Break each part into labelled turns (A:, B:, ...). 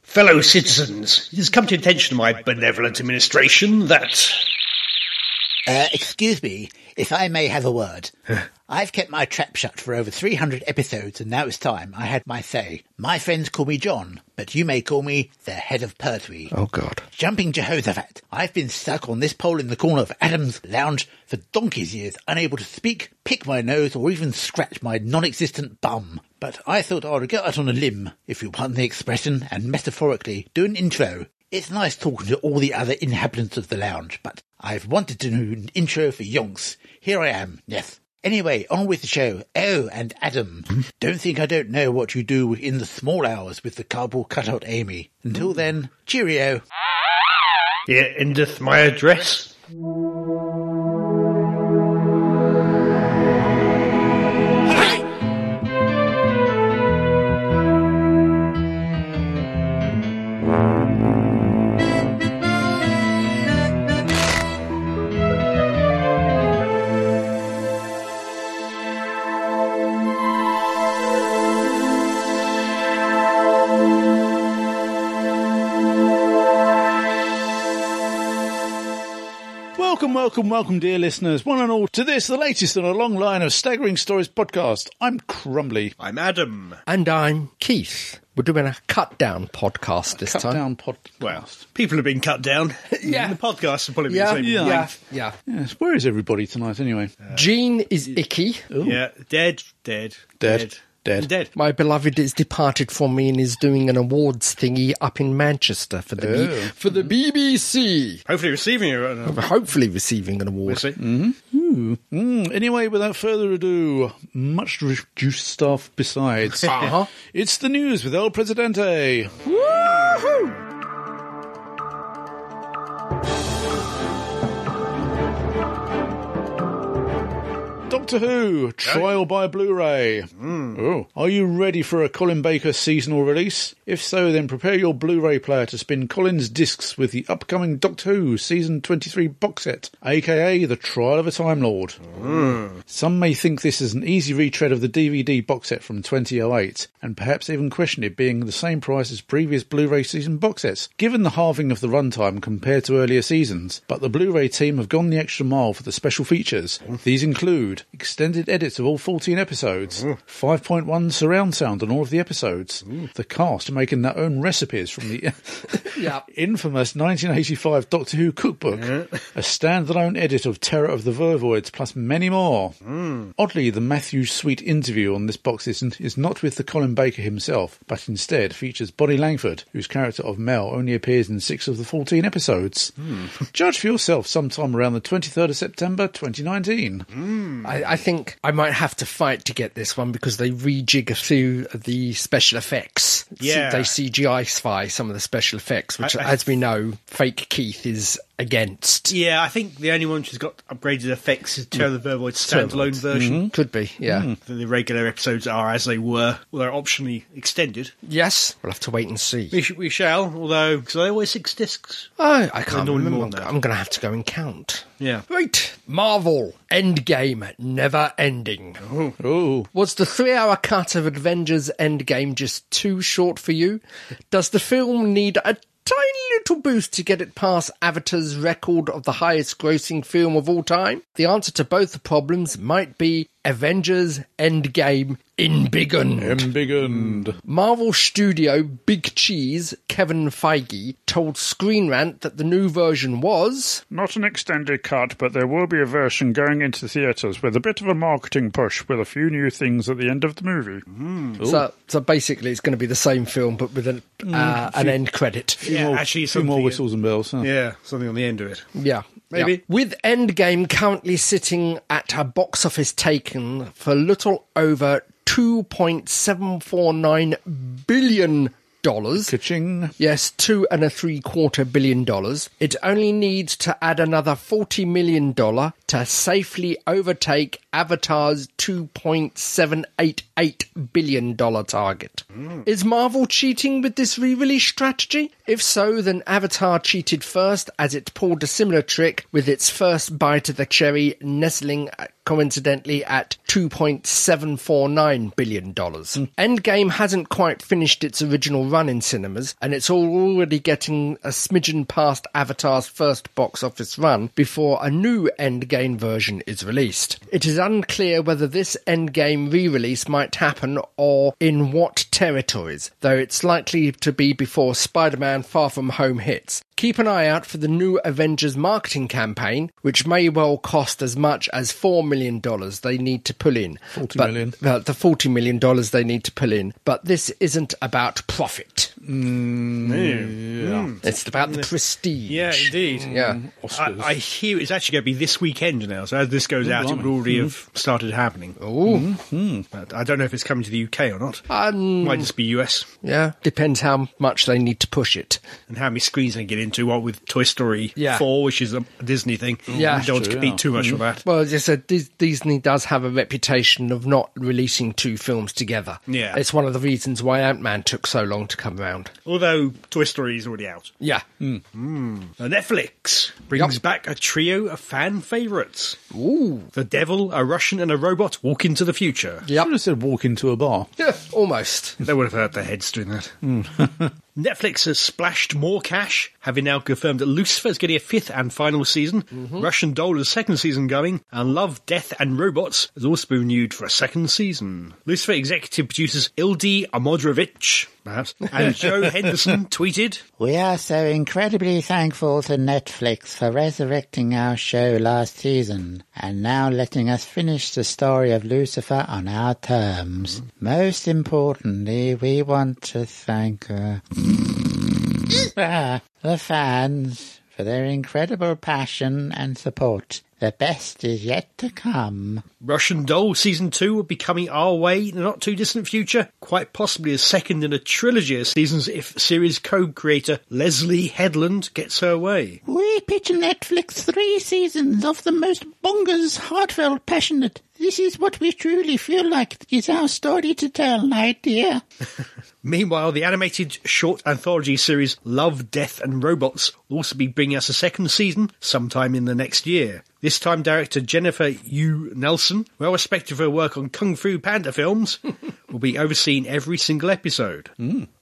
A: Fellow citizens, it has come to the attention of my benevolent administration that.
B: Uh, excuse me, if I may have a word. I've kept my trap shut for over 300 episodes, and now it's time I had my say. My friends call me John, but you may call me the head of Pertwee.
C: Oh, God.
B: Jumping Jehoshaphat, I've been stuck on this pole in the corner of Adam's lounge for donkey's years, unable to speak, pick my nose, or even scratch my non-existent bum. But I thought I'd go out on a limb, if you pardon the expression, and metaphorically do an intro. It's nice talking to all the other inhabitants of the lounge, but I've wanted to do an intro for yonks. Here I am, yes. Anyway, on with the show. Oh, and Adam, don't think I don't know what you do in the small hours with the cardboard cutout Amy. Until then, cheerio.
A: Here endeth my address.
D: Welcome, welcome, welcome, dear listeners, one and all, to this, the latest in a long line of staggering stories podcast. I'm Crumbly.
A: I'm Adam.
C: And I'm Keith. We're doing a cut down podcast this
D: Cut
C: time.
D: down pod.
A: Well, people have been cut down.
C: Yeah.
A: And the podcast will probably be the
C: Yeah,
A: same.
D: yeah.
A: length.
C: Yeah.
D: Yes, where is everybody tonight anyway?
C: Jean is icky.
A: Yeah, dead, dead,
D: Dead,
A: dead,
D: dead.
A: and dead.
C: My beloved is departed from me and is doing an awards thingy up in Manchester for the B-
D: Oh.
C: for the BBC.
A: Hopefully receiving you. I don't know.
C: Hopefully receiving an award.
A: We'll see.
D: Mm, anyway, without further ado, much reduced staff besides.
C: Uh-huh.
D: It's the news with El Presidente. Doctor Who trial by Blu-ray. Oh, are you ready for a Colin Baker seasonal release? If so, then prepare your Blu-ray player to spin Colin's discs with the upcoming Doctor Who season 23 box set, aka The Trial of a Time Lord. Some may think this is an easy retread of the DVD box set from 2008, and perhaps even question it being the same price as previous Blu-ray season box sets, given the halving of the runtime compared to earlier seasons. But the Blu-ray team have gone the extra mile for the special features. These include extended edits of all 14 episodes, 5.1 surround sound on all of the episodes, the cast making their own recipes from the
C: Yeah.
D: infamous 1985 Doctor Who cookbook, a standalone edit of Terror of the Vervoids, plus many more. Oddly, the Matthew Sweet interview on this box is, is not with the Colin Baker himself, but instead features Bonnie Langford, whose character of Mel only appears in six of the 14 episodes. Judge for yourself sometime around the 23rd of September 2019.
C: I, I think I might have to fight to get this one because they rejig a few of the special effects.
A: Yeah.
C: They CGI spy some of the special effects, which, as we know, fake Keith is against.
A: Yeah, I think the only one she's got upgraded effects is Terror
D: Mm.
A: of the Vervoid standalone version.
D: Mm-hmm.
C: Could be, yeah.
A: The regular episodes are as they were, although optionally extended.
C: Yes, we'll have to wait and see.
A: We, sh- we shall, although, because they always six discs.
C: Oh, I can't
A: They're normally
C: remember.
A: more
C: I'm
A: than that.
C: going to have to go and count.
A: Yeah.
C: Right, Marvel Endgame never ending.
D: Oh,
C: Was the three hour cut of Avengers Endgame just too short for you? Does the film need a tiny little boost to get it past Avatar's record of the highest grossing film of all time? The answer to both the problems might be Avengers Endgame in Embiggened.
E: Hmm.
D: embiggened.
C: Marvel studio Big Cheese Kevin Feige told Screen Rant that the new version was
E: Not an extended cut, but there will be a version going into theatres with a bit of a marketing push with a few new things at the end of the movie.
A: Hmm.
C: so. So basically, it's going to be the same film, but with an uh, an end credit.
A: Hmm. yeah,
D: More-
A: actually,
D: few
A: something.
D: more whistles and bells. huh?
A: Yeah, something on the end of it.
C: Yeah.
A: Maybe.
C: yeah. With Endgame currently sitting at a box office taken for little over $2.749 billion.
D: Ka-ching.
C: Yes, two and a three quarter billion dollars. It only needs to add another forty million dollar to safely overtake Avatar's two point seven eight eight billion dollar target. Is Marvel cheating with this re-release strategy? If so, then Avatar cheated first, as it pulled a similar trick with its first bite of the cherry, nestling at coincidentally at $2.749 billion. Endgame hasn't quite finished its original run in cinemas, and it's already getting a smidgen past Avatar's first box office run before a new Endgame version is released. It is unclear whether this Endgame re release might happen or in what territories, though it's likely to be before Spider Man Far From Home hits. Keep an eye out for the new Avengers marketing campaign, which may well cost as much as $4 million they need to pull in.
D: $40
C: But-
D: million.
C: well, the $40 million they need to pull in. But this isn't about profit.
D: Mm.
C: It's about the prestige.
A: Hmm. Mm.
C: Mm.
A: Yeah, indeed.
C: Yeah.
A: I, I hear it's actually going to be this weekend now. So as this goes
C: Oh,
A: out, it will
C: Mm-hmm.
A: already have started happening.
D: Oh.
C: Ooh.
A: But I don't know if it's coming to the UK or not.
C: Um,
A: Might just be US
C: yeah. Depends how much they need to push it.
A: and how many screens they get into. What with Toy Story
C: Yeah. Mm.
A: Four, which is a Disney thing.
C: Yeah. Mm-hmm.
A: we don't want to
D: True,
A: compete
D: yeah.
A: too much with that.
C: Well, as I said, Dis- Disney does have a reputation of not releasing two films together.
A: Yeah.
C: It's one of the reasons why Ant Man took so long to come round.
A: Although Toy Story is already out.
C: Yeah.
A: Uh, Netflix brings
C: Yep.
A: back a trio of fan favourites.
C: Ooh.
A: The devil, a Russian, and a robot walk into the future.
C: Yep.
D: Should have said walk into a bar.
C: Yeah, almost.
A: They would have hurt their heads doing that. Netflix has splashed more cash, having now confirmed that Lucifer is getting a fifth and final season, Russian Doll is second season going, and Love, Death and Robots has also been renewed for a second season. Lucifer executive producers Ildi Amodrovich, perhaps, and Joe Henderson tweeted,
F: We are so incredibly thankful to Netflix for resurrecting our show last season and now letting us finish the story of Lucifer on our terms. Most importantly, we want to thank uh, ah, the fans for their incredible passion and support. The best is yet to come.
A: Russian Doll season two will be coming our way in the not too distant future, quite possibly as second in a trilogy of seasons if series co-creator Leslie Headland gets her way.
F: We picture Netflix three seasons of the most bonkers, heartfelt, passionate. This is what we truly feel like is our story to tell, my dear.
A: Meanwhile, the animated short anthology series Love, Death and Robots will also be bringing us a second season sometime in the next year. This time, director Jennifer Yu Nelson, well respected for her work on Kung Fu Panda films, will be overseeing every single episode.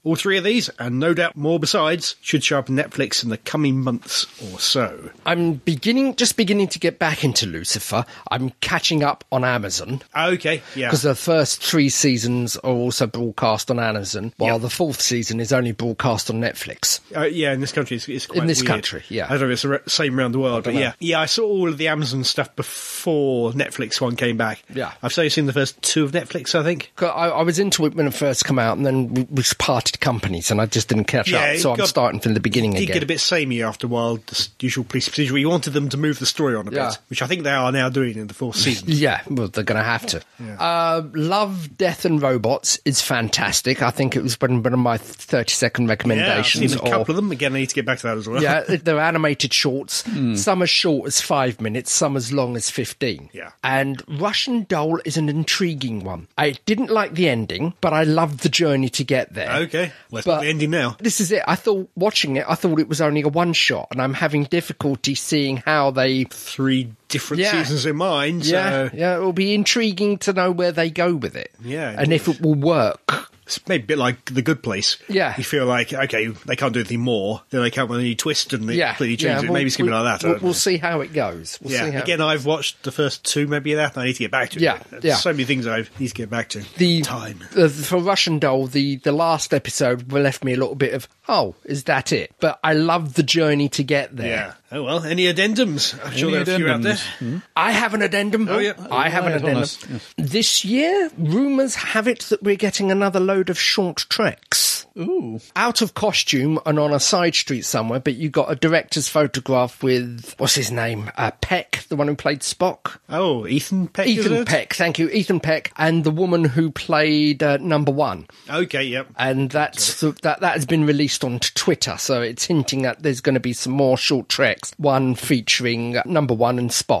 A: All three of these, and no doubt more besides, should show up on Netflix in the coming months or so.
C: I'm beginning, just beginning to get back into Lucifer. I'm catching up on Amazon.
A: Okay, yeah.
C: Because the first three seasons are also broadcast on Amazon, while the fourth season is only broadcast on Netflix.
A: Uh, yeah, in this country, it's, it's quite
C: In this
A: weird.
C: country, yeah.
A: I don't know, it's the re- same around the world, but yeah, yeah. I saw all of the Amazon stuff before Netflix one came back.
C: Yeah.
A: I've only seen the first two of Netflix, I think.
C: 'Cause I, I was into it when it first came out, and then we, we parted companies, and I just didn't catch
A: Yeah,
C: up.
A: it
C: So I'm
A: got-
C: starting from the beginning
A: It did
C: again.
A: get a bit samey after a while. The s- usual police procedure. We wanted them to move the story on a
C: Yeah.
A: bit, which I think they are now doing in the fourth season.
C: Yeah, well, they're going to have to. Uh, Love, Death, and Robots is fantastic. I think it was one, one of my 30
A: yeah,
C: second
A: I've
C: recommendations.
A: seen a
C: or-
A: couple of them. Again, I need to get back to that as well.
C: yeah, they're animated shorts. Some as short as five minutes, some as long as 15.
A: Yeah.
C: And Russian Doll is an intriguing one. I didn't like the ending, but I loved the journey to get there.
A: Okay. Let's
C: But-
A: put the ending now.
C: This is it. I thought, watching it, I thought it was only a one shot, and I'm having difficulty seeing how they.
A: Three different
C: Yeah.
A: seasons in mind.
C: Yeah,
A: So
C: yeah, it'll be intriguing to know where they go with it.
A: Yeah,
C: And if it will work.
A: It's maybe a bit like The Good Place.
C: Yeah.
A: You feel like, okay, they can't do anything more. Then they come with a new twist and they
C: Yeah.
A: completely
C: yeah,
A: change it.
C: we'll-
A: Maybe it's going to be
C: we'll-
A: like that. I
C: We'll,
A: don't
C: we'll
A: know.
C: see how it goes. We'll see
A: yeah.
C: how
A: Again, I've watched the first two, maybe of that. and I need to get back to it.
C: Yeah,
A: There's
C: yeah.
A: So many things I need to get back to.
C: the
A: time.
C: the- for Russian Doll, the the last episode left me a little bit of oh, is that it? But I loved the journey to get there.
A: Yeah. Oh well. Any addendums? I'm sure there are
D: Any
A: a few out there.
D: addendums?
C: Hmm? I have an addendum.
A: Oh, yeah.
C: I have an
D: Right,
C: addendum.
D: honest, yes.
C: This year, rumours have it that we're getting another load of short treks. Ooh. Out of costume and on a side street somewhere, but you got a director's photograph with, what's his name? Uh, Peck, the one who played Spock.
A: Oh, Ethan Peck. is
C: Ethan
A: it?
C: Peck, thank you. Ethan Peck and the woman who played uh, number one.
A: Okay. Yep.
C: and that's that that has been released on Twitter. So it's hinting that there's going to be some more short treks. One featuring uh, number one and Spock.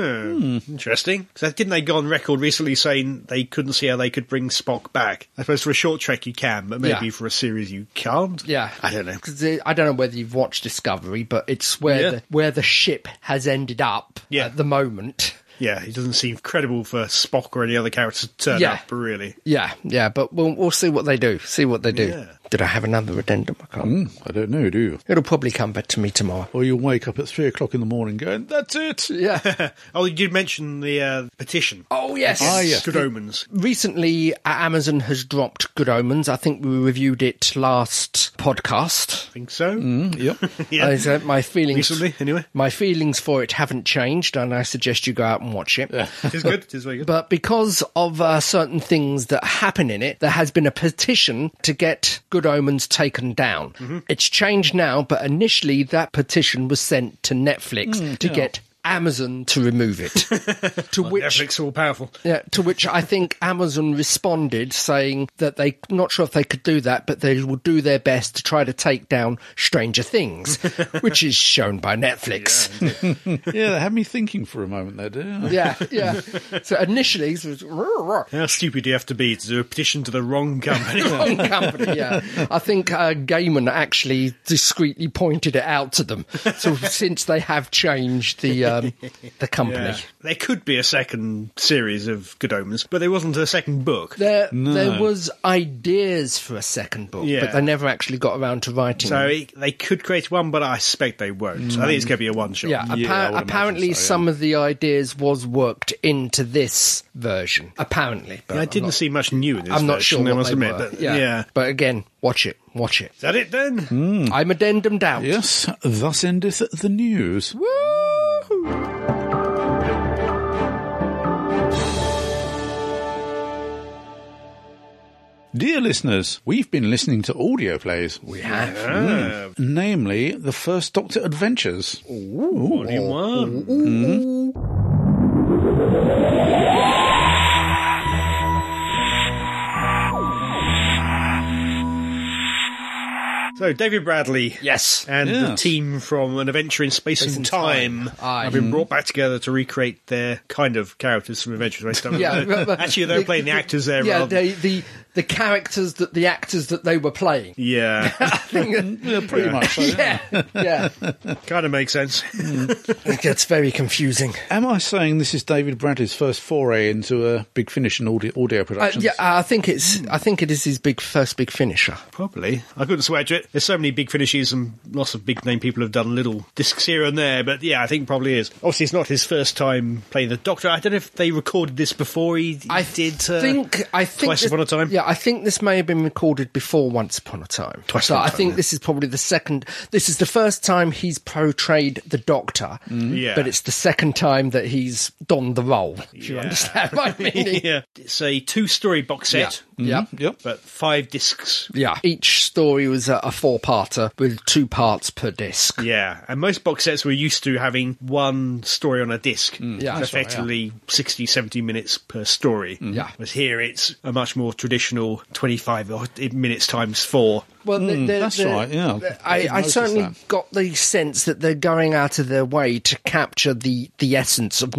A: Hmm, Interesting. So didn't they go on record recently saying they couldn't see how they could bring Spock back? I suppose for a short trek you can, but maybe
C: Yeah.
A: for a series you can't.
C: Yeah,
A: I don't know.
C: 'Cause, uh, I don't know whether you've watched Discovery, but it's where
A: Yeah.
C: the where the ship has ended up
A: Yeah.
C: at the moment.
A: Yeah, he doesn't seem credible for Spock or any other character to turn
C: Yeah.
A: up, really.
C: Yeah, yeah, but we'll we'll see what they do. See what they do.
A: Yeah.
C: Did I have another addendum? I can't.
D: Hmm, I don't know, do you?
C: It'll probably come back to me tomorrow.
D: Or you'll wake up at three o'clock in the morning going, that's it.
C: Yeah.
A: Oh, you did mention the uh, petition.
C: oh yes.
D: Ah, yes.
A: Good omens.
C: Recently, uh, Amazon has dropped Good Omens. I think we reviewed it last podcast.
A: think so.
D: Yep.
A: Yeah.
C: Mm, I said Uh, my feelings
A: Recently, anyway.
C: My feelings for it haven't changed, and I suggest you go out and watch it.
A: It is good. It is very good.
C: But because of uh, certain things that happen in it, there has been a petition to get Good Omens taken down.
A: Mm-hmm.
C: It's changed now, but initially that petition was sent to Netflix
A: Mm,
C: to get Amazon to remove it. to which
A: Netflix are all powerful.
C: yeah, to which I think Amazon responded saying that they not sure if they could do that, but they will do their best to try to take down Stranger Things, which is shown by Netflix.
D: yeah, that had me thinking for a moment there, didn't it?
C: Yeah, yeah. so initially it was
A: How stupid do you have to be to do a petition to the wrong company?
C: wrong company. Yeah, I think uh, Gaiman actually discreetly pointed it out to them. So since they have changed the um, the company.
A: Yeah. There could be a second series of Good Omens, but there wasn't a second book.
C: There, there was ideas for a second book,
A: Yeah.
C: but they never actually got around to writing.
A: So
C: them.
A: it, they could create one, but I suspect they won't. I think it's going to be a one shot.
C: Mm. Yeah,
D: Yeah, I would
C: appa-
D: imagine
C: apparently
D: so, yeah.
C: some of the ideas was worked into this version. Apparently, but
A: I
C: I'm
A: didn't
C: not-
A: see much new in this.
C: I'm not
A: version,
C: sure
A: I
C: what
A: must
C: they
A: admit.
C: were.
A: But, yeah.
C: yeah. Mm. but again, watch it, watch it.
A: Is that it then?
C: I'm addendum down.
D: Yes, thus endeth the news. Dear listeners, we've been listening to audio plays. We have. Hmm. Namely, the first Doctor Adventures.
A: Volume one. So David Bradley
C: Yes.
A: and the
D: Yes.
A: team from An Adventure in Space, and
C: and
A: Time,
C: Time. Ah, Aye.
A: have been brought back together to recreate their kind of characters from Adventure in Space Time.
C: Yeah, but- but-
A: actually, they're playing the actors there.
C: Yeah,
A: rather than-
C: they, the the characters that the actors that they were playing.
A: yeah,
D: Oh, Yeah, pretty much.
C: Yeah, yeah.
A: kind of makes sense.
C: it gets very confusing.
D: Am I saying this is David Bradley's first foray into a big finish in audio, audio
C: Uh,
D: productions?
C: yeah, I think it's I think it is his big first big finisher.
A: Probably. I couldn't swear to it. There's so many big finishes and lots of big name people have done little discs here and there, but yeah, I think probably is. Obviously, it's not his first time playing the Doctor. I don't know if they recorded this before he, he
C: I
A: did. Uh,
C: think I think
A: Twice
C: this-
A: Upon a Time?
C: Yeah, I think this may have been recorded before Once Upon a Time.
A: Twice
C: so
A: Upon a
C: I
A: Time,
C: think
A: yeah.
C: this is probably the second. This is the first time he's portrayed the Doctor,
A: Mm-hmm. Yeah.
C: but it's the second time that he's donned the role. If you
A: Yeah.
C: understand my meaning?
A: yeah. Mm-hmm. It's a two story box set,
C: Yeah.
D: Yep.
A: but five discs.
C: Yeah. Each story was a, a four-parter with two parts per disc.
A: Yeah, and most box sets were used to having one story on a disc.
C: Yeah,
A: It's
C: that's right,
A: effectively 60, 70 minutes per story.
C: Yeah.
A: Whereas here it's a much more traditional 25 odd minutes times four.
C: Well,
A: Mm,
C: they- they-
D: that's
C: they-
D: right, yeah. I
C: I,
D: did
C: I
D: notice
C: certainly
D: that.
C: got the sense that they're going out of their way to capture the, the essence
A: Mm.
C: of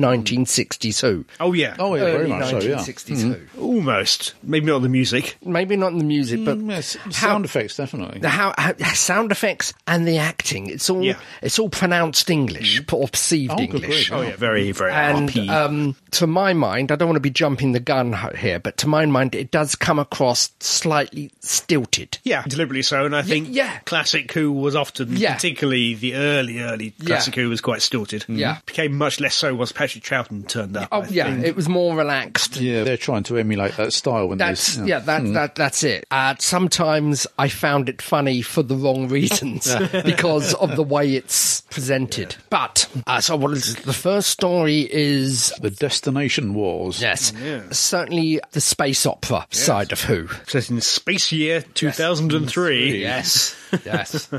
C: 1962.
A: Oh, yeah.
D: Oh, yeah, very
C: Early
D: much so, yeah. Mm-hmm.
C: 1962.
A: Almost. Maybe not the music.
C: Maybe not in the music, but
D: Mm, yes,
C: how-
D: sound effects, definitely.
C: the how, how sound effects and the acting. It's all
A: Yeah.
C: it's all pronounced English or perceived
D: Oh, good
C: English.
D: grief. Oh,
A: yeah, very, very
C: And
A: RP.
C: um, to my mind, I don't want to be jumping the gun h- here, but to my mind, it does come across slightly stilted.
A: yeah, deliberately so. And I think
C: yeah.
A: Classic Who was often,
C: Yeah.
A: particularly the early, early Classic Who was quite stilted. Mm-hmm.
C: Yeah.
A: Became much less so once Patrick Troughton turned up.
C: Oh
A: I
C: yeah,
A: think.
C: it was more relaxed.
D: Yeah, they're trying to emulate that style when
C: That's
D: they.
C: yeah, that, that that's it. Uh, sometimes I found it funny for the wrong reasons because of the way it's presented. But uh, so what is the first story is
D: The Destination Wars.
C: Yes. Certainly the space opera side of Who.
A: Set in space year 2003.
C: Yes. yes.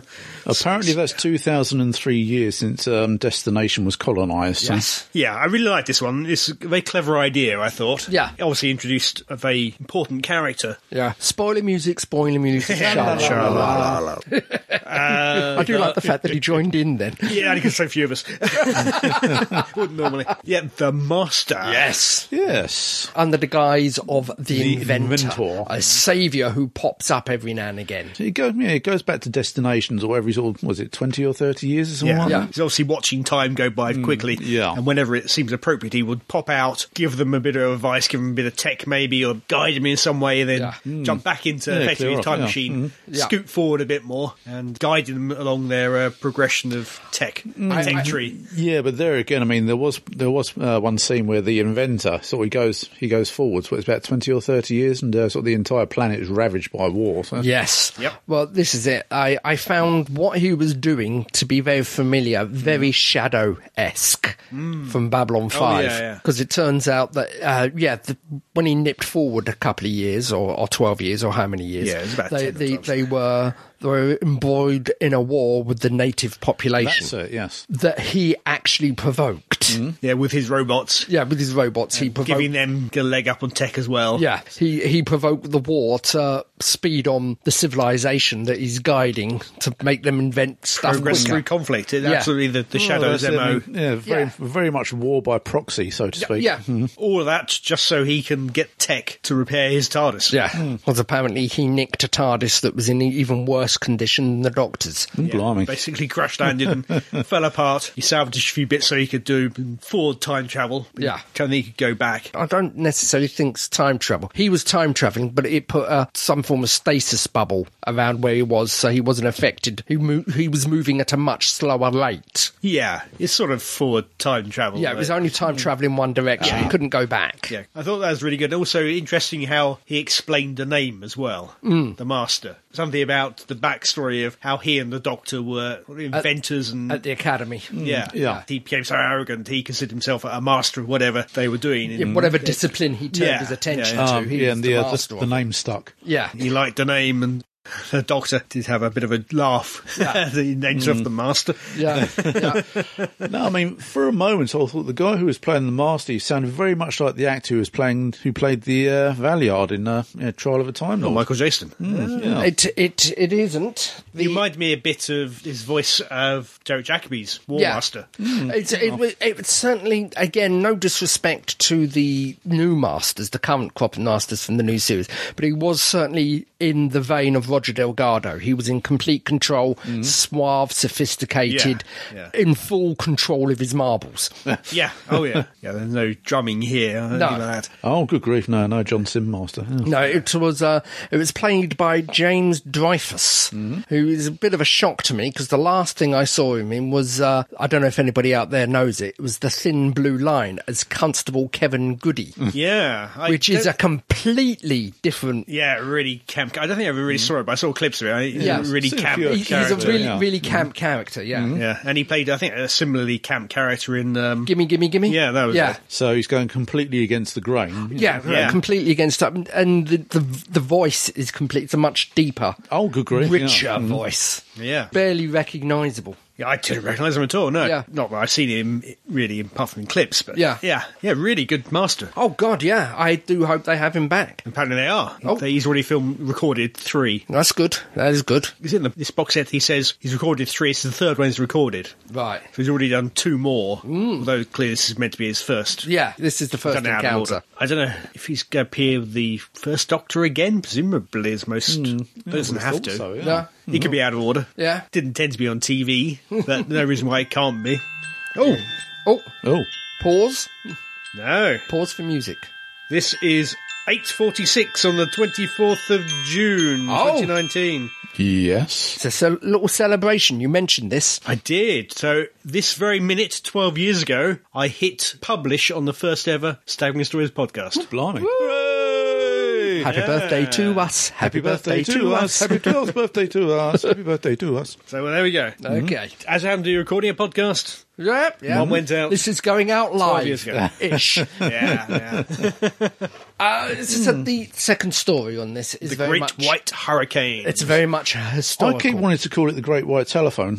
D: Apparently, that's 2003 years since um, Destination was colonised.
C: Yes.
A: Yeah, I really like this one. It's a very clever idea, I thought.
C: Yeah.
A: It obviously introduced a very important character.
C: Yeah. Spoiler music, spoiler music.
A: Sha-
C: sha-
A: sha-
C: la- la- la.
A: la- la.
C: I do like the fact that he joined in then.
A: Yeah, only because so few of us wouldn't normally. Yeah, the master.
G: Yes.
D: Yes.
C: Under the guise of the, inventor,
D: inventor.
C: a saviour who pops up every now and again.
D: It goes, yeah, it goes back to destinations or every sort of, was it 20 or 30 years or something
A: Yeah.
D: like
C: Yeah.
D: that?
A: He's obviously watching time go by quickly.
D: Mm, yeah.
A: And whenever it seems appropriate, he would pop out, give them a bit of advice, give them a bit of tech maybe, or guide them in some way, and then
C: Yeah.
A: jump back into
D: Yeah,
A: effectively
D: clear
A: a
D: off,
A: time
D: yeah.
A: machine,
C: Yeah.
A: scoot forward a bit more, and guide them along their uh, progression of tech,
D: Mm.
A: tech tree.
D: Yeah, but there again, I mean, there was there was uh, one scene where the inventor sort of goes he goes forwards, but it's about twenty or thirty years, and uh, sort of the entire planet is ravaged by war. So.
C: Yes.
A: Yep.
C: Well, this is it. I, I found what he was doing to be very familiar, very shadow esque from Babylon 5.
A: Mm. Oh, yeah, yeah.
C: Because it turns out that, uh, yeah, the, when he nipped forward a couple of years or, or 12 years or how many years,
A: Yeah, it was about
C: they,
A: 10 or
C: they,
A: 12.
C: they, were, they were embroiled in a war with the native population
D: That's it. Yes.
C: that he actually provoked.
A: Yeah, with his robots,
C: Yeah, with his robots, he provoked.
A: Mm-hmm. giving them a leg up on tech as well.
C: Yeah, he he provoked the war to speed on the civilization that he's guiding to make them invent stuff
A: Progress
C: quicker.
A: through conflict. It's
C: Yeah.
A: Absolutely the, the Shadows
D: Well, Oh, that's
A: MO.
D: it, I mean, yeah, very
C: Yeah.
D: very much war by proxy, so to speak.
C: Yeah,
A: All of that just so he can get tech to repair his TARDIS.
C: yeah. Because apparently he nicked a TARDIS that was in even worse condition than the Doctor's.
D: Mm, Blimey.
A: Basically crash landed and fell apart. He salvaged a few bits so he could do forward time travel.
C: Yeah.
A: And then he could go back.
C: I don't necessarily think it's time travel. He was time traveling, but it put uh, some form of stasis bubble around where he was, so he wasn't affected. He mo- he was moving at a much slower rate.
A: Yeah. It's sort of forward time travel.
C: Yeah, it was
A: though.
C: only time traveling one direction. He couldn't go back.
A: Mm-hmm. Yeah, I thought that was really good. Also, interesting how he explained the name as well,
C: Hmm.
A: the Master. Something about the backstory of how he and the Doctor were inventors and
C: At the academy,
A: yeah,
D: yeah.
A: He became so arrogant he considered himself a master of whatever they were doing.
C: In whatever discipline he turned
A: Yeah,
C: his attention
A: Mm. yeah,
C: to,
D: Um,
C: he
D: yeah,
C: was
D: and
C: the,
D: the, uh,
C: master
D: the,
C: of
D: the name stuck.
C: Yeah.
A: he liked the name and. The doctor did have a bit of a laugh.
C: Yeah.
A: the names of
D: Hmm.
A: the master.
C: Yeah. yeah.
D: No, I mean, for a moment, I thought the guy who was playing the master he sounded very much like the actor who was playing who played the uh, Valiard in uh, yeah, Trial of a Time Lord.
A: Michael Jason.
C: Hmm.
D: Yeah.
C: It it it isn't.
A: He reminded me a bit of his voice of Derek Jacobi's War
C: Yeah.
A: Master.
C: It's, it, was, it was certainly, again, no disrespect to the new masters, the current crop of masters from the new series, but he was certainly in the vein of Roger Delgado. He was in complete control, suave, sophisticated,
A: Yeah, yeah.
C: in full control of his marbles.
A: Yeah. Oh, yeah. yeah, there's no drumming here. or
C: No.
A: anything like that.
D: Oh, good grief! No, no, John Sim Master. Oh.
C: No, it was uh, it was played by James Dreyfus,
A: Mm-hmm.
C: who is a bit of a shock to me because the last thing I saw him in was uh, I don't know if anybody out there knows it. It was the Thin Blue Line as Constable Kevin Goody,
A: Yeah. Mm-hmm. I
C: which is
A: don't-
C: a completely different.
A: Yeah, really camp. I don't think I ever really saw it, but I saw clips of it. I- He's
C: Hmm. Yeah.
A: a really
D: Seen a
A: camp
D: few
C: he- He's a
A: character. Mm-hmm.
C: really
D: yeah.
C: really camp character. Yeah,
A: yeah, and he played, I think, a similarly camp character in. Um,
C: gimme, gimme, gimme.
A: Yeah, that was
C: yeah.
A: it.
D: So he's going completely against the grain.
C: Yeah,
A: Yeah.
C: completely against that, and the, the the voice is complete. It's a much deeper,
D: Oh, good grief!
C: richer
D: yeah.
C: voice,
A: Mm-hmm. yeah.
C: barely recognisable.
A: yeah, I didn't recognise him at all. No,
C: Yeah.
A: not that I've seen him really in Puffman clips, but
C: Yeah.
A: yeah, yeah, really good master.
C: Oh God, yeah, I do hope they have him back.
A: Apparently they are.
C: Oh.
A: They- He's already filmed, recorded three.
C: That's good. That is good.
A: He's in the, this box set. He says he's recorded three. It's the third one he's recorded.
C: Right.
A: So he's already done two more. Although clearly this is meant to be his first.
C: Mm. Yeah, this is the first
A: Don't know how to
C: encounter.
A: order. I don't know if he's going to appear with the first Doctor again. Presumably, as most doesn't have to.
D: So, yeah.
C: Yeah.
A: He could be out of order.
C: Hmm. Yeah.
A: Didn't tend to be on TV, but no reason why it can't be. Oh,
C: Oh,
D: Oh,
C: pause.
A: no.
C: Pause for music.
A: This is 8.46 on the 24th of June,
C: Oh.
A: 2019.
D: yes.
C: It's a cel- little celebration. You mentioned this.
A: I did. So this very minute, 12 years ago, I hit publish on the first ever Staggering Stories podcast.
D: Blimey!
A: Hooray!
C: Happy
A: Yeah.
C: birthday to us. Happy,
D: Happy birthday to us! Happy 12th birthday to us! Happy birthday to us!
A: So well, there we go.
C: Okay.
A: As I'm doing recording a podcast,
C: Yep.
A: One
C: yep.
A: Mm-hmm. went out
C: This is going out live.
A: years ago.
C: Ish.
A: Yeah, yeah.
C: Uh, this is the second story on this is
A: Hmm. the
C: very
A: Great
C: much.
A: White Hurricane.
C: It's very much
D: I
C: historical.
D: keep wanting to call it the Great White Telephone.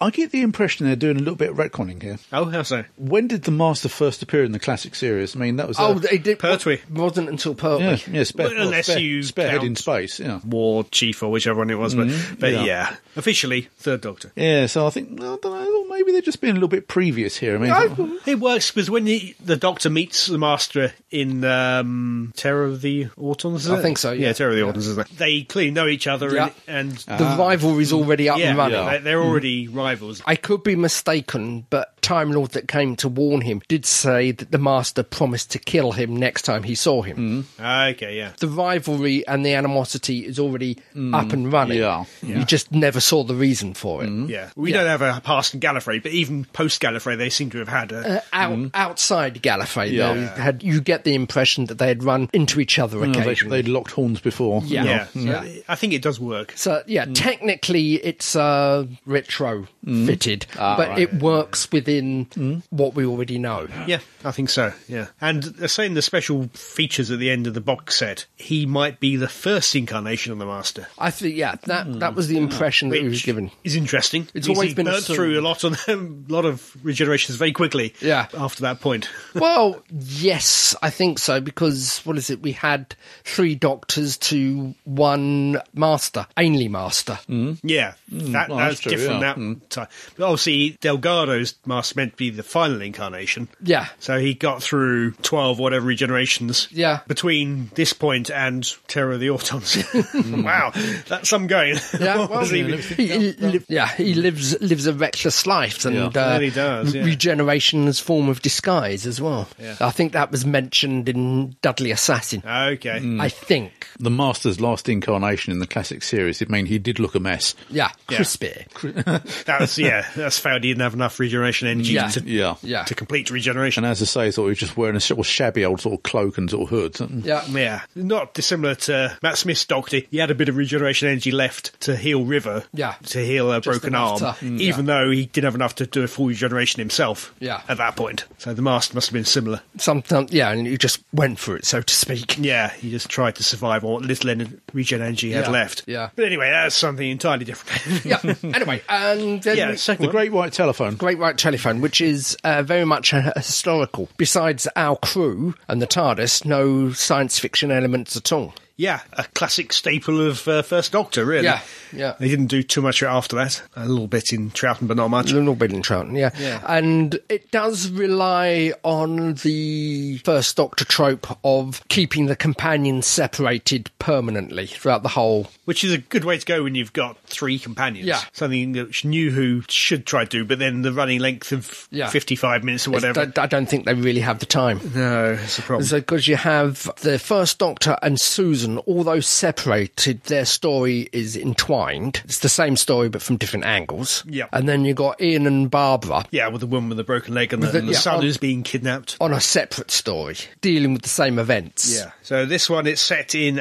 D: I get the impression they're doing a little bit of retconning here.
A: oh, how so?
D: When did the Master first appear in the classic series? I mean, that was. uh,
C: Oh, it did,
A: Pertwee.
C: wasn't until
D: yeah,
C: Pertwee.
D: yeah, spare,
A: Well, unless
D: spare,
A: you
D: Sparehead in
A: count-
D: space, yeah.
A: War Chief or whichever one it was,
C: Mm-hmm.
A: but but yeah.
D: yeah.
A: officially Third Doctor.
D: Yeah, so I think, well, I don't know, maybe they're just being a little bit previous here. I mean,
A: It works because when the, the Doctor meets the Master in um, Terror of the Autons, is
C: I
A: it?
C: think so, yeah.
A: Terror of the Autons, isn't it? They clearly know each other,
C: Yeah.
A: and, and
C: The Mm. rivalry's already up
A: Ah. yeah,
C: and running.
A: they- they're already rivals.
C: I could be mistaken, but Time Lord that came to warn him did say that the Master promised to kill him next time he saw him.
D: Mm.
A: Ah, Okay, yeah.
C: The rivalry and the animosity is already up and running.
D: Mm. Yeah. Mm.
C: You just never saw the reason for it.
A: Yeah, we don't have a past in Gallifrey, but even post Gallifrey, they seem to have had a.
C: Uh, Out, Outside Gallifrey,
D: Mm. Yeah.
C: though, had, you get the impression that they had run into each other
D: you know, they,
C: occasionally.
D: they'd locked horns before.
C: Yeah.
A: yeah,
C: Mm.
A: so I think it does work.
C: So yeah,
D: Mm.
C: technically it's uh, retro fitted, but
D: Mm. Ah, right. Mm.
C: it works within what we already know.
A: Yeah, I think so. Yeah, and they're saying the special features at the end of the box set, he might be the first incarnation of the Master,
C: I think yeah, that
D: Mm.
C: that was the
D: Ah,
C: impression that he was
A: which
C: given.
A: is interesting.
C: It's
A: because
C: always
A: he
C: been
A: burnt
C: assumed.
A: through a lot on a lot of regenerations very quickly.
C: Yeah.
A: after that point,
C: well, yes, I think so because what is it? We had three doctors to one master, only master.
A: Mm. yeah, that,
D: well,
A: that's
D: that's true,
A: different
D: yeah.
A: that time. But obviously, Delgado's Master meant to be the final incarnation.
C: Yeah.
A: So he got through 12 whatever regenerations.
C: Yeah.
A: Between this point and Terror of the Autons. wow. That's some going.
C: Yeah,
A: What
C: well,
A: was he-
C: he, he li- yeah, he lives lives a reckless life, and
A: Mm. Yeah,
C: uh,
A: he does, yeah.
C: regeneration as form of disguise as well. I think that was mentioned in Dudley Assassin.
A: okay.
C: I think,
D: The Master's last incarnation in the classic series, it mean he did look a mess.
C: yeah, crispy.
A: That was, yeah, that's failed. He didn't have enough regeneration energy
C: Yeah.
A: to,
D: Yeah.
C: Yeah,
A: to complete regeneration.
D: And as I say, sort of just wearing a sort of shabby old sort of cloak and sort of hood. something.
C: yeah.
A: Yeah, not dissimilar to Matt Smith's Doctor. He had a bit of regeneration energy left to heal River.
C: Yeah.
A: To heal a broken arm.
C: enough to- Mm.
A: even though he didn't have enough to do a full regeneration himself
C: Yeah.
A: at that point. So the Master must have been similar.
C: Sometimes, yeah, and you just went for it, so to speak.
A: Yeah, he just tried to survive on what little en- regen energy he had
C: Yeah,
A: left.
C: yeah.
A: But anyway, that's something entirely different.
C: yeah. Anyway, and then
A: yeah,
C: we-
A: second
D: The
A: one.
D: Great White Telephone.
C: Great White Telephone, which is uh, very much a, a historical. Besides our crew and the TARDIS, no science fiction elements at all.
A: Yeah, a classic staple of uh, First Doctor, really.
C: Yeah, yeah.
A: They didn't do too much after that. A little bit in Troughton, but not much.
C: Little Bill and Troughton, yeah.
A: Yeah.
C: And it does rely on the first Doctor trope of keeping the companions separated permanently throughout the whole.
A: Which is a good way to go when you've got three companions.
C: Yeah.
A: Something that New Who should try to do, but then the running length of
C: Yeah.
A: 55 minutes or whatever.
C: I, I don't think they really have the time.
A: no, it's a problem.
C: So, because you have the first Doctor and Susan, although separated, their story is entwined. It's the same story, but from different angles.
A: Yeah.
C: And then you got Ian and Barbara
A: yeah, with the woman with the broken leg and the,
C: the-
A: and the
C: yeah, oh.
A: son
C: on-
A: who's being kidnapped.
C: on a separate story, dealing with the same events.
A: Yeah. So this one, it's set in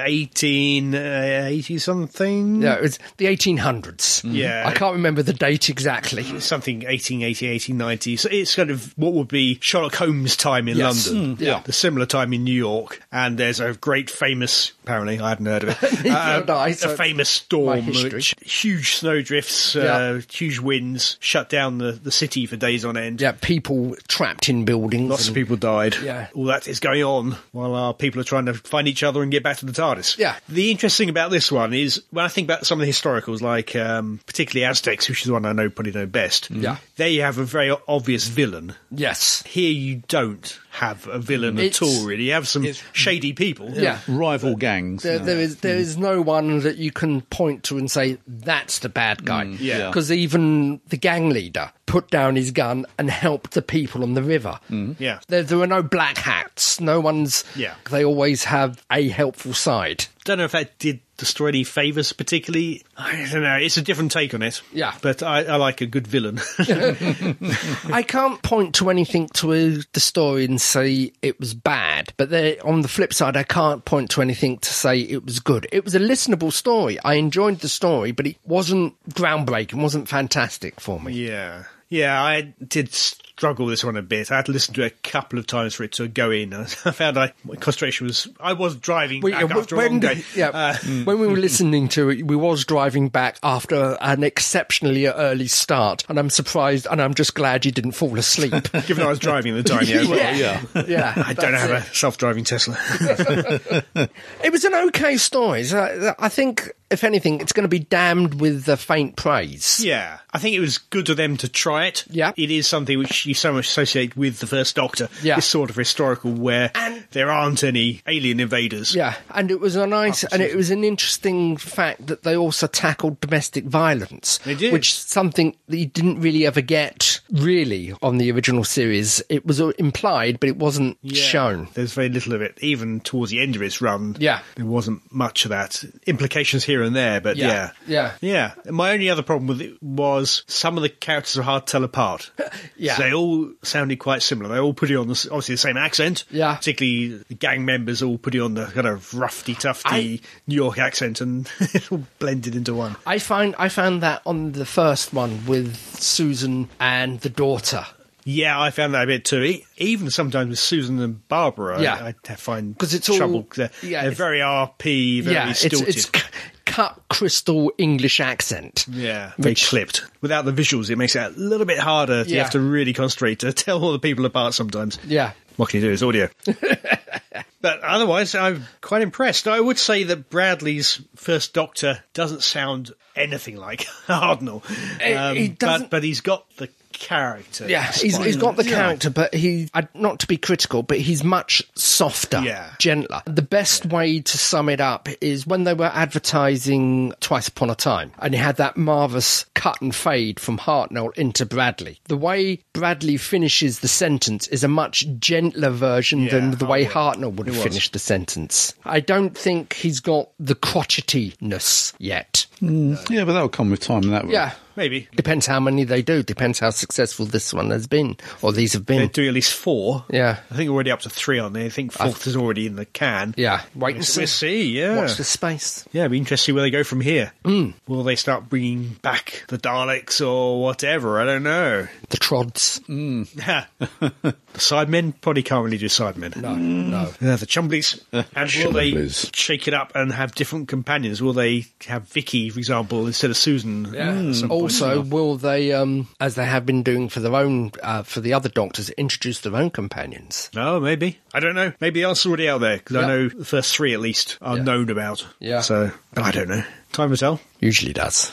A: 1880 something.
C: Yeah, it's the 1800s.
A: Yeah.
C: I can't remember the date exactly.
A: something 1880, 1890. So it's kind of what would be Sherlock Holmes time in
C: Yes.
A: London.
C: Mm, yeah.
A: The similar time in New York. And there's a great famous, apparently, I hadn't heard of it, uh,
C: No, I-
A: a
C: so-
A: famous
C: my
A: storm,
C: history.
A: which huge snowdrifts, uh, huge winds, shut down the, the city for days on end.
C: Yeah, people trapped in buildings.
A: Lots of
C: and-
A: people died.
C: Yeah.
A: All that is going on while our people are trying to find each other and get back to the TARDIS.
C: Yeah.
A: The interesting thing about this one is when I think about some of the historicals, like um, particularly Aztecs, which is the one I know probably know best.
C: Yeah.
A: There you have a very o- obvious villain.
C: Yes.
A: Here you don't have a villain
C: It's-
A: at all. Really, you have some shady people.
C: Yeah.
D: Rival gangs.
C: There,
D: yeah.
C: there is there is no one that you can point to and say that's the bad guy.
A: yeah.
C: because even the gang leader put down his gun and helped the people on the river.
A: Yeah.
C: there, there are no black hats. No one's.
A: Yeah.
C: they always have a helpful side
A: Don't know if that did destroy any favors particularly. I don't know. It's a different take on it.
C: Yeah.
A: But I, I like a good villain.
C: I can't point to anything to the story and say it was bad, but there, on the flip side, I can't point to anything to say it was good. It was a listenable story. I enjoyed the story, but it wasn't groundbreaking, wasn't fantastic for me.
A: yeah. Yeah, I did struggle with this one a bit. I had to listen to it a couple of times for it to go in. I found I, my concentration was. I was driving
C: We-
A: back
C: uh,
A: after a long day.
C: yeah,
A: Uh,
C: when we were listening to it, we was driving back after an exceptionally early start, and I'm surprised, and I'm just glad you didn't fall asleep.
A: given I was driving at the time, yeah.
C: yeah, yeah.
A: I don't
C: that's
A: have
C: it.
A: a self driving Tesla.
C: It was an okay story. So I I think, if anything, it's going to be damned with the faint praise.
A: Yeah, I think it was good of them to try it.
C: Yeah.
A: it is something which you so much associate with the First Doctor.
C: Yeah.
A: this sort of historical where there aren't any alien invaders.
C: Yeah, and it was a nice, and it was an interesting fact that they also tackled domestic violence.
A: They did.
C: which is something that you didn't really ever get really on the original series. It was uh, implied, but it wasn't
A: Yeah.
C: shown.
A: There's very little of it, even towards the end of its run.
C: Yeah.
A: there wasn't much of that. Implications here and there, but
C: Yeah.
A: yeah,
C: Yeah.
A: yeah. My only other problem with it was some of the characters are hard to tell apart.
C: Yeah.
A: So they all sounded quite similar. They all put it on the, s- obviously the same accent.
C: Yeah.
A: particularly the gang members all put it on the kind of roughy
C: I-
A: tufty New York accent, and it all blended into one.
C: I find I found that on the first one with Susan and the daughter.
A: Yeah, I found that a bit too. E- Even sometimes with Susan and Barbara,
C: Yeah.
A: I, I find
C: 'Cause it's all-
A: trouble. they're,
C: yeah,
A: they're
C: it's-
A: very RP, very
C: yeah, it's,
A: stilted.
C: it's c- cut crystal English accent.
A: yeah, very
C: which-
A: clipped. Without the visuals, it makes it a little bit harder. You
C: Yeah.
A: have to really concentrate to tell all the people apart sometimes.
C: Yeah.
A: What can you do? It's audio. but otherwise, I'm quite impressed. I would say that Bradley's first Doctor doesn't sound anything like Hardnell. Um,
C: He- he doesn't-
A: but, but he's got the character.
C: Yeah, he's,
A: despite
C: he's got the
A: that.
C: character, but he I- not to be critical, but he's much softer,
A: Yeah.
C: gentler. The best way to sum it up is when they were advertising Twice Upon a Time, and he had that marvelous cut and fade from Hartnell into Bradley. The way Bradley finishes the sentence is a much gentler version than the way Hartnell would have finished the sentence. I don't think he's got the crotchetiness yet.
D: Yeah, but that'll come with time, that will.
C: Yeah.
A: Maybe.
C: Depends how many they do. Depends how successful this one has been, or these have
A: They're
C: been.
A: doing at least four.
C: Yeah.
A: I think we're already up to three on there. I think fourth is already in the can.
C: Yeah, wait
A: We'll
C: and
A: see.
C: see.
A: We'll see, yeah.
C: Watch the space.
A: Yeah, it'd be interesting to see where they go from here.
C: Hmm.
A: Will they start bringing back the Daleks or whatever? I don't know.
C: The trods.
A: the Sidemen probably can't really do Sidemen. No,
C: no.
A: the Chumblies. And will they
D: Chumblies.
A: shake it up and have different companions? Will they have Vicky, for example, instead of Susan? Hmm. at some point?
C: Also, will they, um, as they have been doing for their own, uh, for the other doctors, introduce their own companions?
A: No, Oh, maybe. I don't know. Maybe the answer's already out there because
C: Yeah.
A: I know the first three at least are
C: Yeah.
A: known about.
C: Yeah.
A: So but I don't know. Time will tell.
C: Usually does.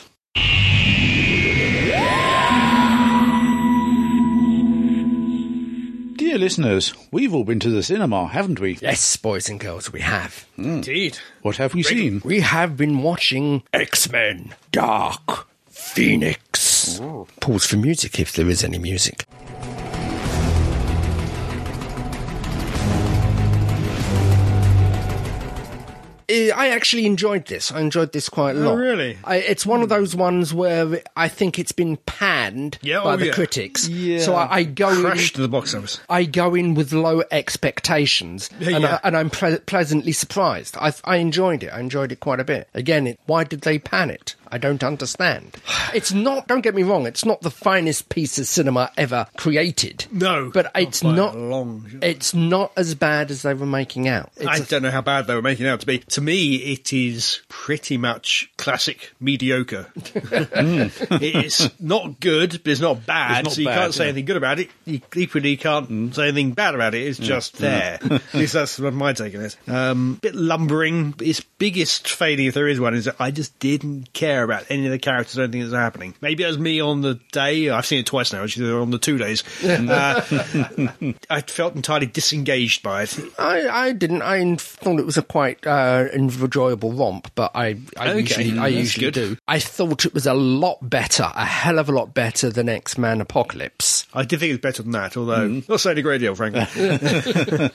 D: Dear listeners, we've all been to the cinema, haven't we?
C: Yes, boys and girls, we have.
A: Indeed.
D: What have we seen?
C: We have been watching X Men Dark Phoenix. Pause for music if there is any music. Eh, I actually enjoyed this. I enjoyed this quite a lot.
A: Oh, really?
C: I, it's one of those ones where I think it's been panned
A: Yeah,
C: by
A: oh,
C: the
A: yeah.
C: critics.
D: Yeah.
C: So I, I go in-
A: Crashed to the box office.
C: I go in with low expectations,
A: Yeah,
C: and,
A: yeah.
C: I, and I'm ple- pleasantly surprised. I, I enjoyed it. I enjoyed it quite a bit. Again, it, why did they pan it? I don't understand. It's not. Don't get me wrong. It's not the finest piece of cinema ever created.
A: No,
C: but
A: not
C: it's
A: by a
C: not
A: long shot.
C: It's not as bad as they were making out. It's
A: I
C: a-
A: a- don't know how bad they were making it out to be. To me, it is pretty much classic mediocre. it's not good, but it's not bad.
D: It's not
A: so you
D: bad,
A: can't say
D: yeah. Mm.
A: anything good about it. You equally can't say anything bad about it. It's just there. At least that's what my take on it. Um, bit lumbering. Its biggest failing, if there is one, is that I just didn't care about any of the characters or anything that's happening. Maybe it was me on the day. I've seen it twice now. Actually, on the two days, uh, I felt entirely disengaged by it.
C: I, I didn't. I thought it was a quite uh, an enjoyable romp, but I I
A: Okay,
C: usually I
A: that's
C: usually
A: good.
C: do. I thought it was a lot better, a hell of a lot better than X Men Apocalypse.
A: I did think it was better than that, although not saying a great deal, frankly.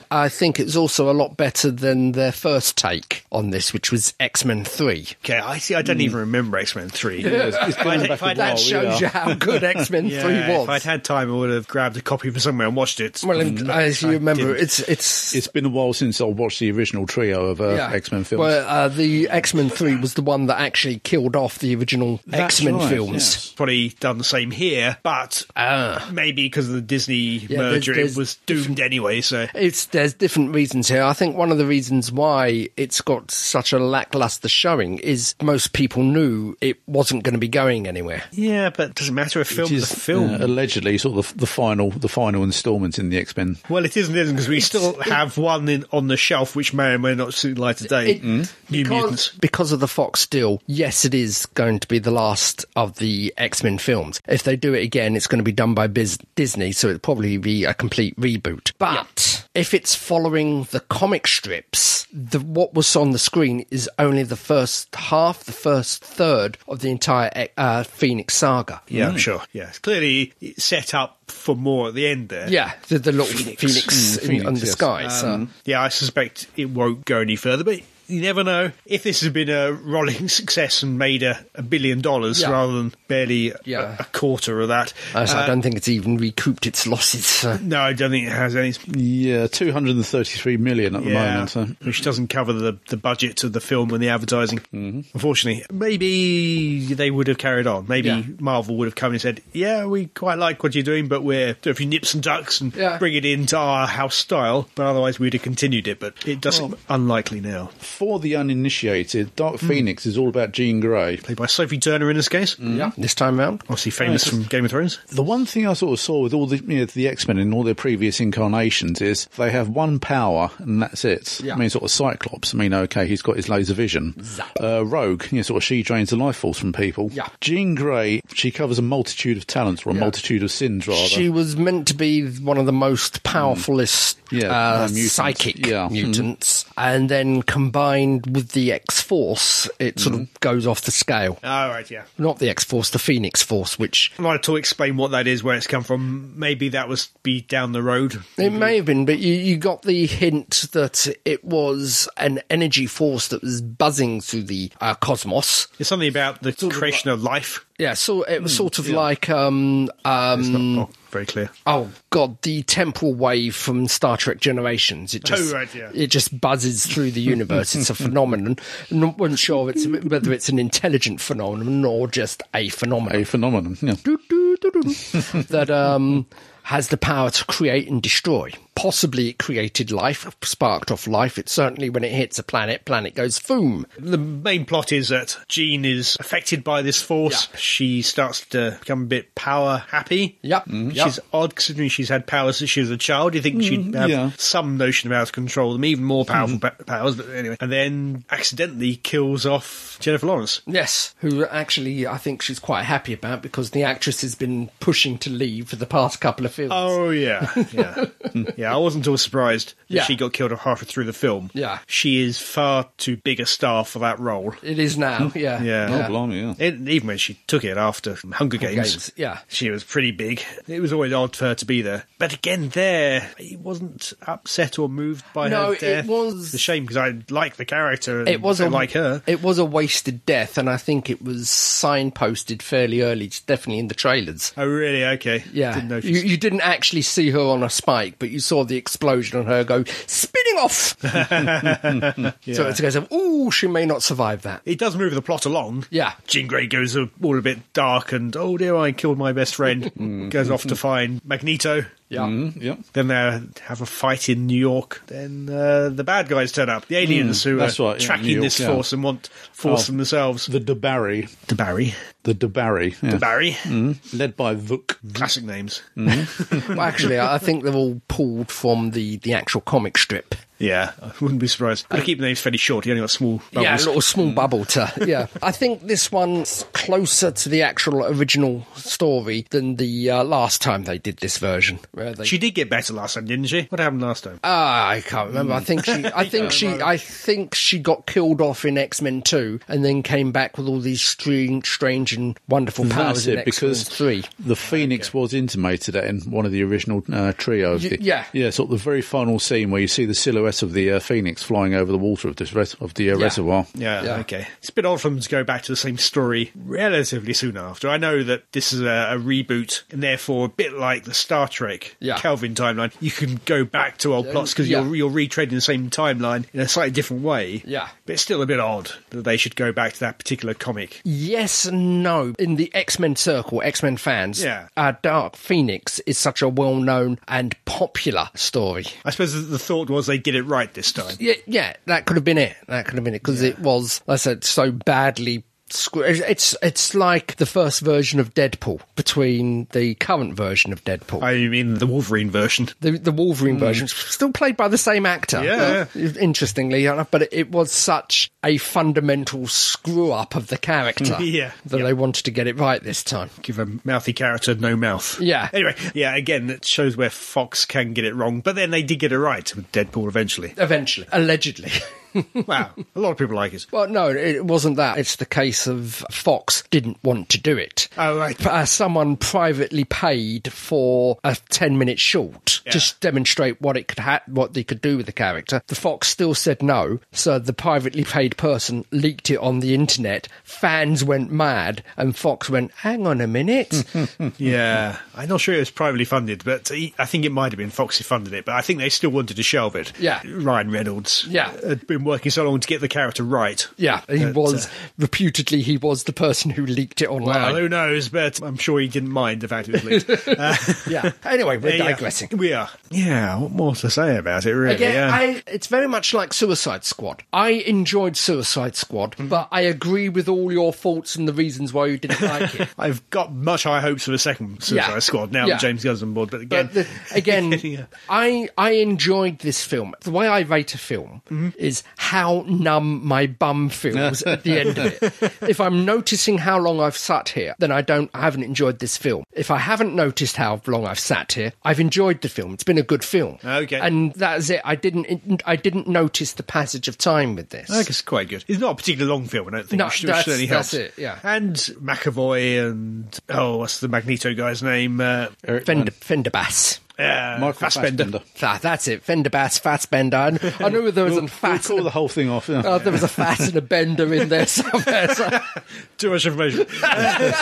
C: I think it's also a lot better than their first take on this, which was X Men Three.
A: okay, I see. I don't even remember X Men Three.
D: It's, it's
A: If I'd-
D: going back
A: if I'd
D: a
A: had
D: while.
C: That shows you
D: yeah.
C: how good X Men
A: Yeah,
C: Three was.
A: If I'd had time, I would have grabbed a copy from somewhere and watched it.
C: well, and as you remember,
A: didn't.
C: it's it's
D: It's been a while since I watched the original trio of uh,
C: Yeah.
D: X Men films.
C: Well, uh, the X Men Three was the one that actually killed off the original
D: That's
C: X Men
D: right,
C: films.
D: yes.
A: Probably done the same here, but
C: Ah.
A: maybe because of the Disney
C: there's-
A: merger,
C: there's
A: it was doomed anyway. So
C: It's there's different reasons here. I think one of the reasons why it's got such a lackluster showing is most people knew it wasn't going to be going anywhere.
A: yeah, but doesn't matter. A film
D: It
A: is
D: is
A: a film.
D: uh, allegedly sort of the, the final, the final instalment in the X Men.
A: well, it isn't, isn't because we still have one in, on the shelf which may or may not see the light of day.
C: It-
A: New
C: because,
A: Mutants.
C: because of the Fox deal, yes, it is going to be the last of the X Men films. If they do it again, it's going to be done by Biz- Disney, so it'll probably be a complete reboot. But if it's following the comic strips, the, what was on the screen is only the first half, the first third of the entire uh, Phoenix saga.
A: Yeah, I'm sure. Yeah, it's clearly set up for more at the end there.
C: Yeah, the, the little Phoenix, in,
D: Phoenix,
C: on the
D: yes.
C: sky. so.
A: Yeah, I suspect it won't go any further, but you never know. If this has been a rolling success and made a, a billion dollars
C: Yeah.
A: rather than barely a-
C: Yeah.
A: a, quarter of that.
C: Uh, so I don't think it's even recouped its losses. uh, so.
A: No, I don't think it has any.
D: Yeah, two hundred and thirty-three million at the
A: Yeah,
D: moment. uh. So.
A: which doesn't cover the, the budget of the film and the advertising. Mm-hmm. Unfortunately, maybe they would have carried on. Maybe
C: Yeah.
A: Marvel would have come and said, "Yeah, we quite like what you're doing, but we're do a few nips and ducks and
C: Yeah.
A: bring it into our house style." But otherwise, we'd have continued it. But it doesn't. unlikely now.
D: For the uninitiated, Dark Phoenix is all about Jean Grey.
A: Played by Sophie Turner in this case.
C: Yeah, this time round.
A: obviously famous from Game of Thrones.
D: The one thing I sort of saw with all the, you know, the X Men in all their previous incarnations is they have one power and that's it.
C: Yeah.
D: I mean, sort of Cyclops. I mean, okay, he's got his laser vision. Uh, Rogue, you know, sort of she drains the life force from people.
C: Yeah.
D: Jean Grey, she covers a multitude of talents or a multitude of sins, rather.
C: She was meant to be one of the most powerfulest
D: Yeah,
C: uh,
D: uh, mutants.
C: psychic
D: Yeah.
C: mutants, and then combined with the X Force, it sort of goes off the scale.
A: All right, yeah.
C: Not the X Force, the Phoenix Force, which
A: I'm not at all explain what that is, where it's come from. Maybe that was be down the road.
C: it may have been, but you, you got the hint that it was an energy force that was buzzing through the uh, cosmos.
A: It's something about the creation of life.
C: Yeah, so it was sort of like um, um,
A: It's not not very clear.
C: Oh God, the temporal wave from Star Trek Generations. It just,
A: Oh, right, yeah.
C: it just buzzes through the universe. it's a phenomenon. And I wasn't sure if it's, whether it's an intelligent phenomenon or just a phenomenon
D: a phenomenon. Yeah.
C: that um, has the power to create and destroy. Possibly it created life, sparked off life. It certainly, when it hits a planet, planet goes boom.
A: The main plot is that Jean is affected by this force. She starts to become a bit power happy.
C: Yep,
A: Which
C: yep.
A: is odd considering she's had powers since she was a child. You think she'd have
D: yeah.
A: some notion of how to control them, even more powerful pa- powers. But anyway, and then accidentally kills off Jennifer Lawrence.
C: Yes, who actually I think she's quite happy about because the actress has been pushing to leave for the past couple of films.
A: Oh yeah, yeah, yeah. I wasn't at all surprised that
C: Yeah.
A: she got killed off halfway through the film.
C: Yeah.
A: she is far too big a star for that role.
C: It is now, yeah.
A: Yeah.
D: Oh, blimey, yeah.
A: And even when she took it after Hunger Games,
C: Games, yeah.
A: she was pretty big. It was always odd for her to be there. But again, there, I wasn't upset or moved by
C: No,
A: her death.
C: it was-
A: It's a shame because I like the character. And
C: it was
A: I
C: a,
A: like her.
C: It was a wasted death, and I think it was signposted fairly early, it's definitely in the trailers.
A: Oh really? Okay.
C: Yeah,
A: Didn't know
C: you,
A: she's-
C: you didn't actually see her on a spike, but you saw the explosion on her go spinning off. So it's a case of ooh, she may not survive that.
A: it does move the plot along.
C: Yeah.
A: Jean Grey goes uh, all a bit dark and, oh dear, I killed my best
D: Mm-hmm.
A: friend. goes off to find Magneto.
C: Yeah,
D: Mm, yep.
A: Then they have a fight in New York. Then uh, the bad guys turn up, the aliens who
D: Mm, that's
A: are
D: right, yeah,
A: tracking
D: New York,
A: this
D: yeah.
A: force and want force
D: Oh.
A: them themselves.
D: The Mm. DeBarry.
A: The Barry,
D: The DeBarry. Yeah.
A: the Barry,
D: Led by Vuk.
A: classic names.
D: Mm.
C: well, actually, I I think they're all pulled from the the actual comic strip.
A: Yeah, I wouldn't be surprised. I keep the names fairly short. You only got small bubbles.
C: Yeah, a little small bubble to. Yeah, Mm. I think this one's closer to the actual original story than the uh, last time they did this version. Where they,
A: She did get better last time, didn't she? What happened last time?
C: Ah, I can't remember. I think she. I think she. I think she got killed off in X Men Two, and then came back with all these strange, strange and wonderful powers
D: That's
C: in
D: it,
C: X Men
D: because
C: Three.
D: the Phoenix was intimated at in one of the original uh, trio. Of
C: Y-
D: the,
C: yeah.
D: yeah, sort of the very final scene where you see the silhouette of the uh, Phoenix flying over the water of this res- of the uh,
C: Yeah.
D: reservoir.
A: Yeah,
C: Yeah.
A: okay. It's a bit odd for them to go back to the same story relatively soon after. I know that this is a, a reboot, and therefore a bit like the Star Trek
C: Yeah.
A: Kelvin timeline, you can go back to old plots because
C: yeah.
A: you're you're retreading the same timeline in a slightly different way.
C: Yeah.
A: but it's still a bit odd that they should go back to that particular comic.
C: Yes and no. In the X Men circle, X Men fans,
A: Yeah.
C: uh, Dark Phoenix is such a well known and popular story.
A: I suppose the- the thought was they did it right this time.
C: Yeah, yeah, that could have been it. That could have been it because it was, like I said, so badly. squ- It's it's like the first version of Deadpool between the current version of Deadpool.
A: I mean, the Wolverine version.
C: the, the Wolverine version, still played by the same actor.
A: Hmm. Yeah.
C: Uh, interestingly enough, but it, it was such a fundamental screw up of the character
A: Yeah.
C: that they wanted to get it right this time.
A: give a mouthy character no mouth.
C: Yeah.
A: Anyway, yeah, again, that shows where Fox can get it wrong, but then they did get it right with Deadpool eventually.
C: Eventually, allegedly.
A: wow, a lot of people like it.
C: Well, no, it wasn't that. It's the case of Fox didn't want to do it.
A: Oh, right.
C: P- Uh, someone privately paid for a ten-minute short
A: Yeah.
C: just demonstrate what it could ha- what they could do with the character. The Fox still said no, so the privately paid person leaked it on the internet. Fans went mad, and Fox went, "Hang on a minute."
A: Yeah, I'm not sure it was privately funded, but he- I think it might have been Foxy funded it, but I think they still wanted to shelve it.
C: Yeah.
A: Ryan Reynolds
C: Yeah.
A: had been working so long to get the character right.
C: yeah, he
A: But,
C: was
A: uh,
C: reputedly he was the person who leaked it online.
A: well, who knows, but I'm sure he didn't mind the fact it was leaked. Uh,
C: yeah. Anyway, we're
A: yeah,
C: digressing.
A: We are. Yeah, what more to say about it, really?
C: Again,
A: yeah.
C: I, it's very much like Suicide Squad. I enjoyed Suicide Squad,
A: Mm.
C: but I agree with all your faults and the reasons why you didn't like it.
A: I've got much high hopes for the second Suicide
C: Yeah.
A: Squad now
C: Yeah.
A: that James Gunn's on board. But again,
C: But the, again,
A: Yeah.
C: I I enjoyed this film. The way I rate a film
A: Mm-hmm.
C: is how numb my bum feels at the end of it. If I'm noticing how long I've sat here, then I don't I haven't enjoyed this film. If I haven't noticed how long I've sat here, I've enjoyed the film. It's been a good film.
A: Okay.
C: and that's it. I didn't I didn't notice the passage of time with this.
A: I think it's quite good. It's not a particularly long film, I don't think.
C: No,
A: which, which
C: that's-
A: certainly
C: that's
A: helps.
C: it, yeah.
A: And McAvoy and oh, what's the Magneto guy's name? Uh,
D: Eric
C: Fender, Fenderbass.
A: uh,
D: Michael
A: Fassbender.
D: Fassbender.
C: Ah, that's it. Fenderbass, Fassbender. I, I knew there was a
D: We'll
C: fat.
D: call the whole thing off. yeah.
C: Oh, there was a fat and a bender in there somewhere. So.
A: Too much information. Uh,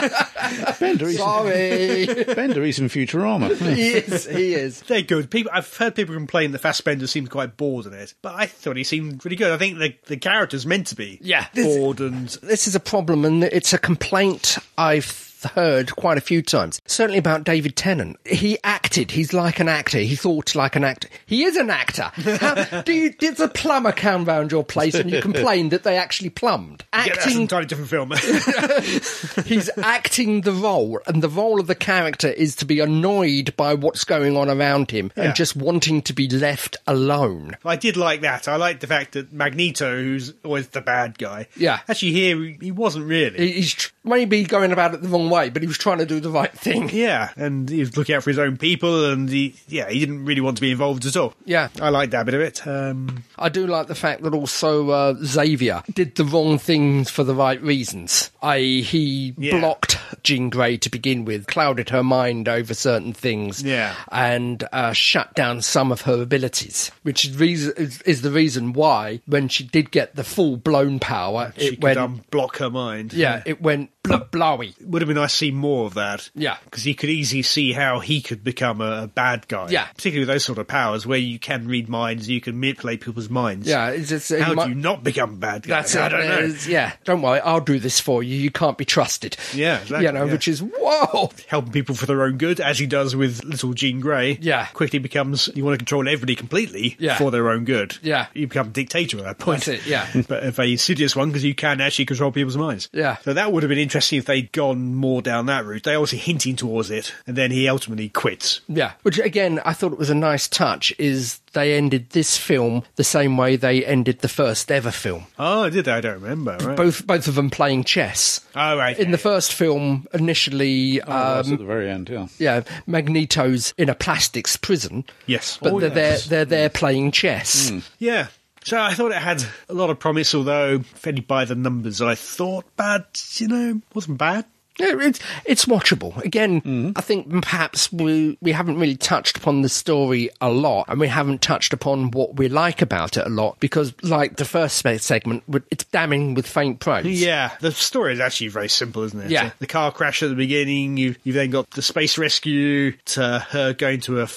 D: Bender, he's,
C: Sorry.
D: Bender, he's in Futurama. Yeah.
C: he is. He is.
A: They're good. People, I've heard people complain that Fassbender seemed quite bored in it, but I thought he seemed really good. I think the the character's meant to be
C: Yeah.
A: bored and
C: This is a problem, and it's a complaint I've heard quite a few times. Certainly about David Tennant. He acted. He's like an actor. He thought like an actor. He is an actor. How, do you, did the plumber come round your place and you complained that they actually plumbed?
A: yeah, that's an
C: Acting
A: entirely different film.
C: He's acting the role, and the role of the character is to be annoyed by what's going on around him
A: Yeah.
C: and just wanting to be left alone.
A: I did like that. I liked the fact that Magneto, who's always the bad guy,
C: Yeah.
A: actually here he- he wasn't really.
C: He- He's tr- maybe going about it the wrong way, but he was trying to do the right thing.
A: Yeah, and he was looking out for his own people, and he, yeah, he didn't really want to be involved at all.
C: Yeah.
A: I liked that bit of it. Um,
C: I do like the fact that also uh, Xavier did the wrong things for the right reasons. I.e., he
A: Yeah.
C: blocked Jean Grey to begin with, clouded her mind over certain things,
A: Yeah.
C: and uh, shut down some of her abilities, which is, reason, is, is the reason why when she did get the full blown power,
A: she
C: it
A: could um,
C: went.
A: unblock her mind.
C: yeah, it went bl- blowy.
A: It would have been nice to see more of that.
C: Yeah.
A: Because he could easily see how he could become a, a bad guy.
C: Yeah.
A: Particularly with those sort of powers where you can read minds, you can manipulate people's minds.
C: Yeah, it's, it's, it
A: How
C: might-
A: do you not become a bad guy?
C: That's
A: I
C: it.
A: don't know.
C: It's- Yeah, don't worry. I'll do this for you. You can't be trusted.
A: Yeah, exactly,
C: you know,
A: yeah.
C: which is whoa.
A: Helping people for their own good, as he does with little Jean Grey.
C: Yeah.
A: Quickly becomes, you want to control everybody completely
C: Yeah.
A: for their own good.
C: Yeah.
A: You become a dictator at that point.
C: That's it, yeah.
A: but a very insidious one because you can actually control people's minds.
C: Yeah.
A: So that would have been interesting if they'd gone more down that route. They obviously hinting towards it, and then he ultimately quits.
C: Yeah, which again I thought it was a nice touch. Is they ended this film the same way they ended the first ever film.
A: Oh, did they? I don't remember. Right.
C: Both both of them playing chess.
A: Oh, right,
C: In
A: yeah, yeah.
C: the first film, initially,
D: Oh, that's
C: um,
D: at the very end, yeah.
C: yeah, Magneto's in a plastics prison.
A: Yes.
C: but
A: Oh,
C: they're there,
A: yes. Hmm.
C: they're there playing chess.
A: Yeah. So I thought it had a lot of promise, although fairly by the numbers, I thought, but, you know, wasn't bad.
C: Yeah, it's it's watchable. Again,
A: Hmm.
C: I think perhaps we we haven't really touched upon the story a lot, and we haven't touched upon what we like about it a lot because, like the first se- segment, w- it's damning with faint praise.
A: Yeah, the story is actually very simple, isn't it?
C: Yeah.
A: So the car crash at the beginning. You you then got the space rescue to her going to her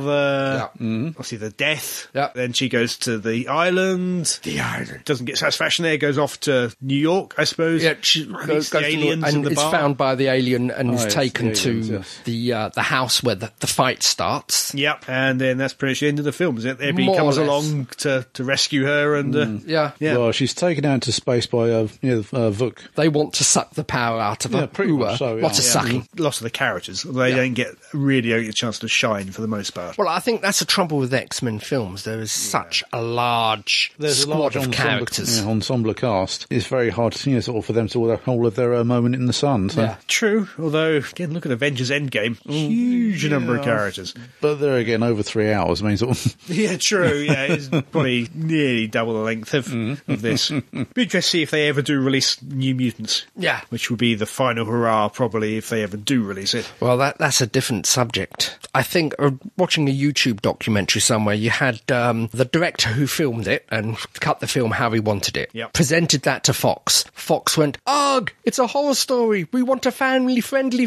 A: father.
C: Yeah.
A: Obviously the death.
C: Yeah.
A: Then she goes to the island. The island doesn't get satisfaction there. Goes off to New York, I suppose.
C: Yeah, she
A: Meets
C: goes,
A: the
C: goes to-
A: aliens in
C: and
A: the
C: is
A: bar.
C: found by the alien and is
D: Oh, yes,
C: taken
D: the aliens,
C: to
D: yes.
C: the uh, the house where the, the fight starts.
A: Yep, and then that's pretty much the end of the film, isn't it? Everybody
C: More or
A: comes
C: less. Mm.
A: along to, to rescue her, and uh,
C: Yeah.
A: yeah,
D: Well, she's taken out into space by uh, yeah, uh, Vuk.
C: They want to suck the power out of her.
D: Yeah, pretty much so, yeah.
C: What a
D: Yeah.
C: sucking.
A: lots of the characters they don't get really don't get a chance to shine for the most part.
C: Well, I think that's the trouble with X Men films. There is such a large squad of
D: ensemble-
C: characters.
D: yeah, ensemble cast. It's very hard to, you know, sort of for them to all, all of their uh, moment in the sun. So.
C: Yeah.
A: True, although again, look at Avengers Endgame, huge number of characters.
D: But there again, over three hours. I mean, sort of,
A: Yeah, true. Yeah, it's probably nearly double the length of, of this. Be interesting to see if they ever do release New Mutants.
C: Yeah.
A: which would be the final hurrah, probably if they ever do release it.
C: Well, that that's a different subject. I think uh, watching a YouTube documentary somewhere, you had um, the director who filmed it and cut the film how he wanted it.
A: Yep.
C: Presented that to Fox. Fox went, "Ugh, it's a horror story. We want a family-friendly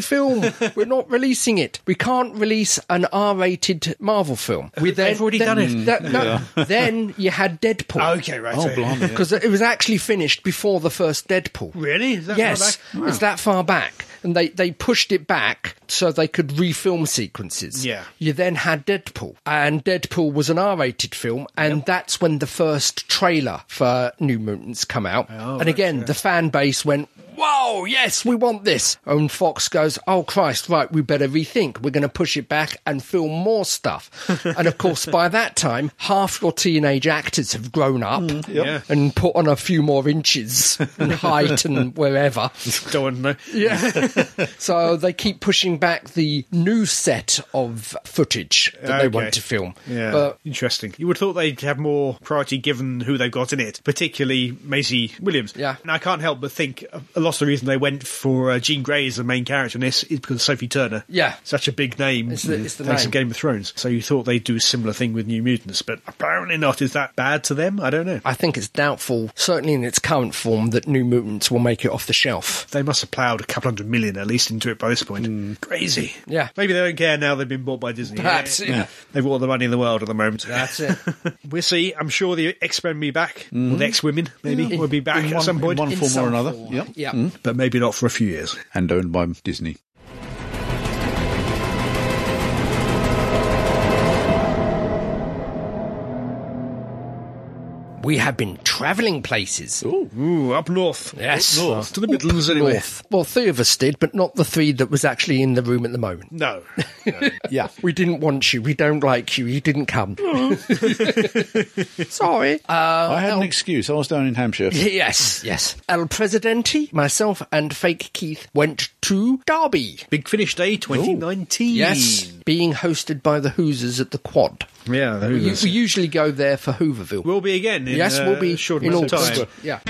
C: film. We're not releasing it. We can't release an R-rated Marvel film." We
A: They've already done it.
C: that- no, then you had Deadpool.
A: Okay, right.
D: oh,
A: so-
D: blimey.
C: Because it was actually finished before the first Deadpool.
A: Really? Is that
C: yes,
A: far back?
C: it's that far back, and they they pushed it back so they could refilm sequences.
A: Yeah.
C: You then had Deadpool, and Deadpool was an R-rated film, and that's when the first trailer for New Mutants come out.
A: Oh,
C: and again, the fan base went. Whoa, yes, we want this. And Fox goes, Oh Christ, right, we better rethink. We're going to push it back and film more stuff. and of course, by that time, half your teenage actors have grown up
A: Mm, Yeah.
C: and put on a few more inches and height and wherever.
A: Don't want to know.
C: Yeah. so they keep pushing back the new set of footage that they want
A: Okay.
C: to film.
A: Yeah,
C: But
A: interesting. You would have thought they'd have more priority given who they've got in it, particularly Maisie Williams.
C: Yeah.
A: and I can't help but think a- a lot of the reason they went for uh, Jean Grey as the main character in this is because Sophie Turner.
C: Yeah.
A: such a big name.
C: It's the- it's the
A: thanks
C: name.
A: to Game of Thrones. So you thought they'd do a similar thing with New Mutants, but apparently not. Is that bad to them? I don't know.
C: I think it's doubtful, certainly in its current form, that New Mutants will make it off the shelf.
A: They must have ploughed a couple hundred million at least into it by this point. Crazy.
C: Hmm. Yeah.
A: Maybe they don't care now they've been bought by Disney.
C: Perhaps, yeah.
A: They've got all the money in the world at the moment.
C: That's it.
A: We'll see. I'm sure the X Men will be back. Or the X Women, maybe, will be back
D: Mm-hmm. In
A: at
D: one-
A: some
D: in
A: point.
D: one
C: In
D: form
C: some
D: or another.
C: form.
D: Yep.
C: Yeah.
A: But maybe not for a few years.
D: And owned by Disney.
C: We have been travelling places.
A: Ooh, up north.
C: Yes.
A: Up north. To the Midlands, anyway.
C: North. Well, three of us did, but not the three that was actually in the room at the moment.
A: No.
D: Yeah.
C: We didn't want you. We don't like you. You didn't come. Sorry.
D: I had an excuse. I was down in Hampshire.
C: Yes, yes. El Presidente, myself, and Fake Keith went to Derby.
A: Big Finish Day 2019.
C: Yes, being hosted by the Hoosers at the Quad.
A: Yeah, the
C: You,
A: Hoovers.
C: we usually go there for Hooverville.
A: We'll be again in
C: yes,
A: uh,
C: we'll be
A: a short
C: in
A: amount of
C: August.
A: time.
C: Yeah.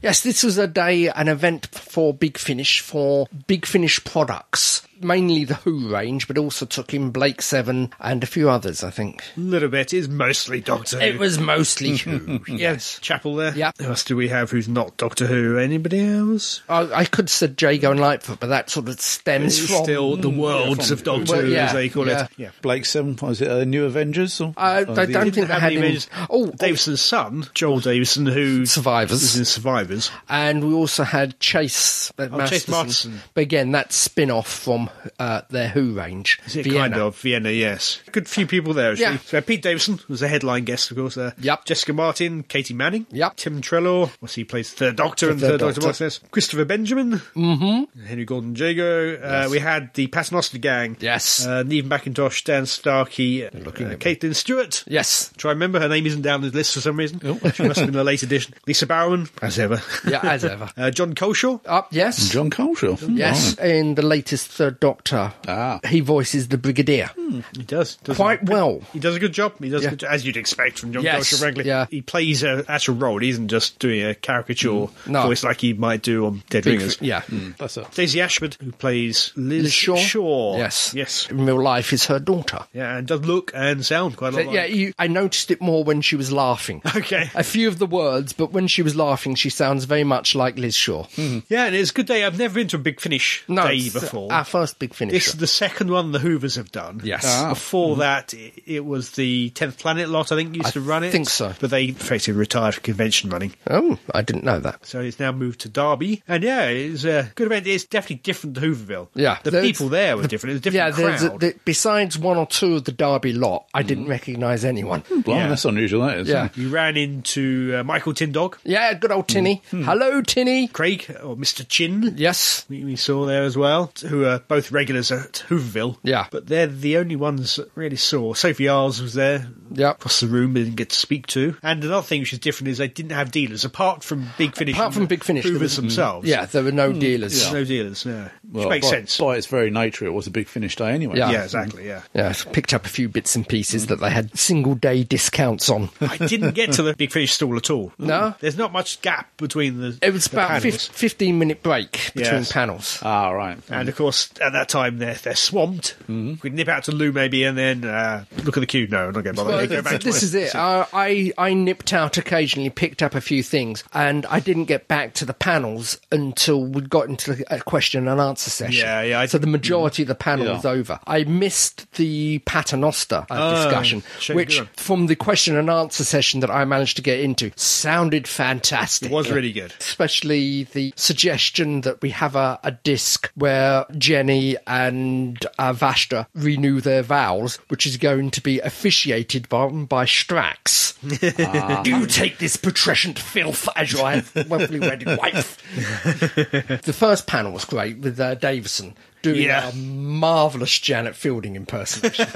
C: Yes, this was a day, an event for Big Finish for Big Finish products, mainly the Who range, but also took in Blake Seven and a few others, I think.
A: little bit is mostly Doctor Who.
C: It was mostly Who. yes.
A: Chapel there.
C: Yep.
A: Who else do we have who's not Doctor Who? Anybody else?
C: I, I could say Jago and Lightfoot, but that sort of stems
A: It's
C: from
A: still the worlds of Doctor
C: Well,
A: Who,
C: yeah,
A: as they call
C: yeah.
A: it. Yeah.
D: Blake Seven, was it uh, New Avengers? Or,
C: I-
D: or
C: I
D: the-
C: don't
A: Didn't
C: think they
A: have
C: had
A: any
C: any-
A: images.
C: Oh, oh.
A: Davison's son, Joel Davison, who was in
C: survivors,
A: Survivors.
C: and we also had Chase uh,
A: Oh, Chase
C: Masterson.
A: Masterson.
C: But again, that's spin off from uh, their Who range.
A: Is it
C: Vienna.
A: kind of Vienna? Yes, good few people there. Actually.
C: Yeah.
A: So Pete Davidson was the headline guest, of course. There.
C: Yep.
A: Jessica Martin, Katie Manning.
C: Yep.
A: Tim Trelaw. What's he plays? Third Doctor and
C: Third
A: Third Doctor.
C: Doctor.
A: What's this? Christopher Benjamin. Mm-hmm. Henry Gordon Jago. Uh, we had the Paternoster Gang.
C: Yes.
A: Uh, Neve McIntosh, Dan Starkey, uh, Caitlin Stewart.
C: Yes.
A: Try and remember her name isn't down the list for some reason. She must have been a late edition. Lisa Barrowman, as ever.
C: Yeah, Oh. as ever.
A: Uh, John Coleshaw.
C: Up, yes.
D: John Coleshaw.
C: Mm, Yes, in the latest Third Doctor,
D: Ah. Hmm.
C: he voices the Brigadier.
A: He does, does
C: Quite
A: a-
C: well.
A: He does a good job. He does, a
C: Yeah.
A: good, jo- as you'd expect from John
C: Yes,
A: Coleshaw, frankly.
C: yeah.
A: He plays a actual role. He isn't just doing a caricature
C: Mm. No.
A: voice like he might do on Dead Ringers.
C: Yeah.
D: That's it.
A: Daisy Ashford, who plays Liz,
C: Liz Shaw?
A: Shaw.
C: Yes.
A: yes,
C: In real life, is her daughter.
A: yeah, and does look and sound quite a lot.
C: But yeah,
A: like-
C: you, I noticed it more when she was laughing.
A: Okay.
C: A few of the words, but when she was laughing, she sounds very much like Liz Shaw.
A: yeah, and it's a good day. I've never been to a Big Finish Hmm. day
C: it's uh,
A: before.
C: Our first big finisher.
A: This is the second one the Hoovers have done.
C: Yes. Ah. Mm-hmm.
A: Uh, Before that, it, it was the Tenth Planet lot. I think used
C: I
A: to run it.
C: think so.
A: But they effectively retired from convention running,
C: oh, I didn't know that.
A: so it's now moved to Derby. And yeah, it's a good event. It's definitely different to Hooverville.
C: Yeah.
A: the
C: There's-
A: people there were different. It was a
C: Yeah,
A: different
C: there's a,
A: crowd.
C: the, besides one or two of the Derby lot, I didn't recognise anyone.
D: Blimey,
A: Yeah.
D: that's unusual, that is.
C: Yeah.
A: you ran into uh, Michael Tindog,
C: Yeah, good old Tinny. Hello, Tinny.
A: Craig, or Mister Chin.
C: Mm-hmm. Yes.
A: We we saw there as well, who are both regulars at Hooverville.
C: Yeah.
A: But they're the only ones that really saw. Sophie Arles was there,
C: Yep.
A: across the room and get to speak to. And another thing which is different is they didn't have dealers apart from Big Finish.
C: Apart
A: and
C: from Big Finish, there
A: Hoovers
C: was-
A: themselves.
C: Yeah, there were no dealers.
A: there's no dealers. No,
D: Well,
A: which makes
D: by,
A: sense.
D: By its very nature, it was a big finish day anyway.
C: Yeah.
A: yeah, exactly. Yeah,
C: Yeah, I picked up a few bits and pieces that they had single day discounts on.
A: I didn't get to the Big Finish stall at all.
C: No?
A: there's not much gap between the.
C: It was
A: the
C: about
A: panels.
C: 15, 15 minute break between
A: Yes.
C: panels.
D: Ah, right.
A: And of course, at that time they're they're swamped.
C: Mm-hmm.
A: We'd nip out to Lou maybe, and then uh, look at the queue. No, I'm not going to bother.
C: Well,
A: Go back to
C: this
A: it.
C: is it. I, I I nipped out occasionally, picked up a few things, and I didn't get back to the panels until we got into a question and answer session.
A: Yeah, yeah, I-
C: so the majority of the panel
D: Yeah.
C: was over. I missed the Paternoster uh, discussion,
A: shame,
C: which
A: Ah, good.
C: from the question and answer session that I managed to get into sounded fantastic.
A: It was really good.
C: especially the suggestion that we have a, a disc where Jenny and uh, Vashta renew their vows, which is going to be officiated by, by Strax. Do take this putrescent filth as your lovely wedded wife. the first panel was great with uh, Davison doing
A: Yeah.
C: a marvellous Janet Fielding impersonation.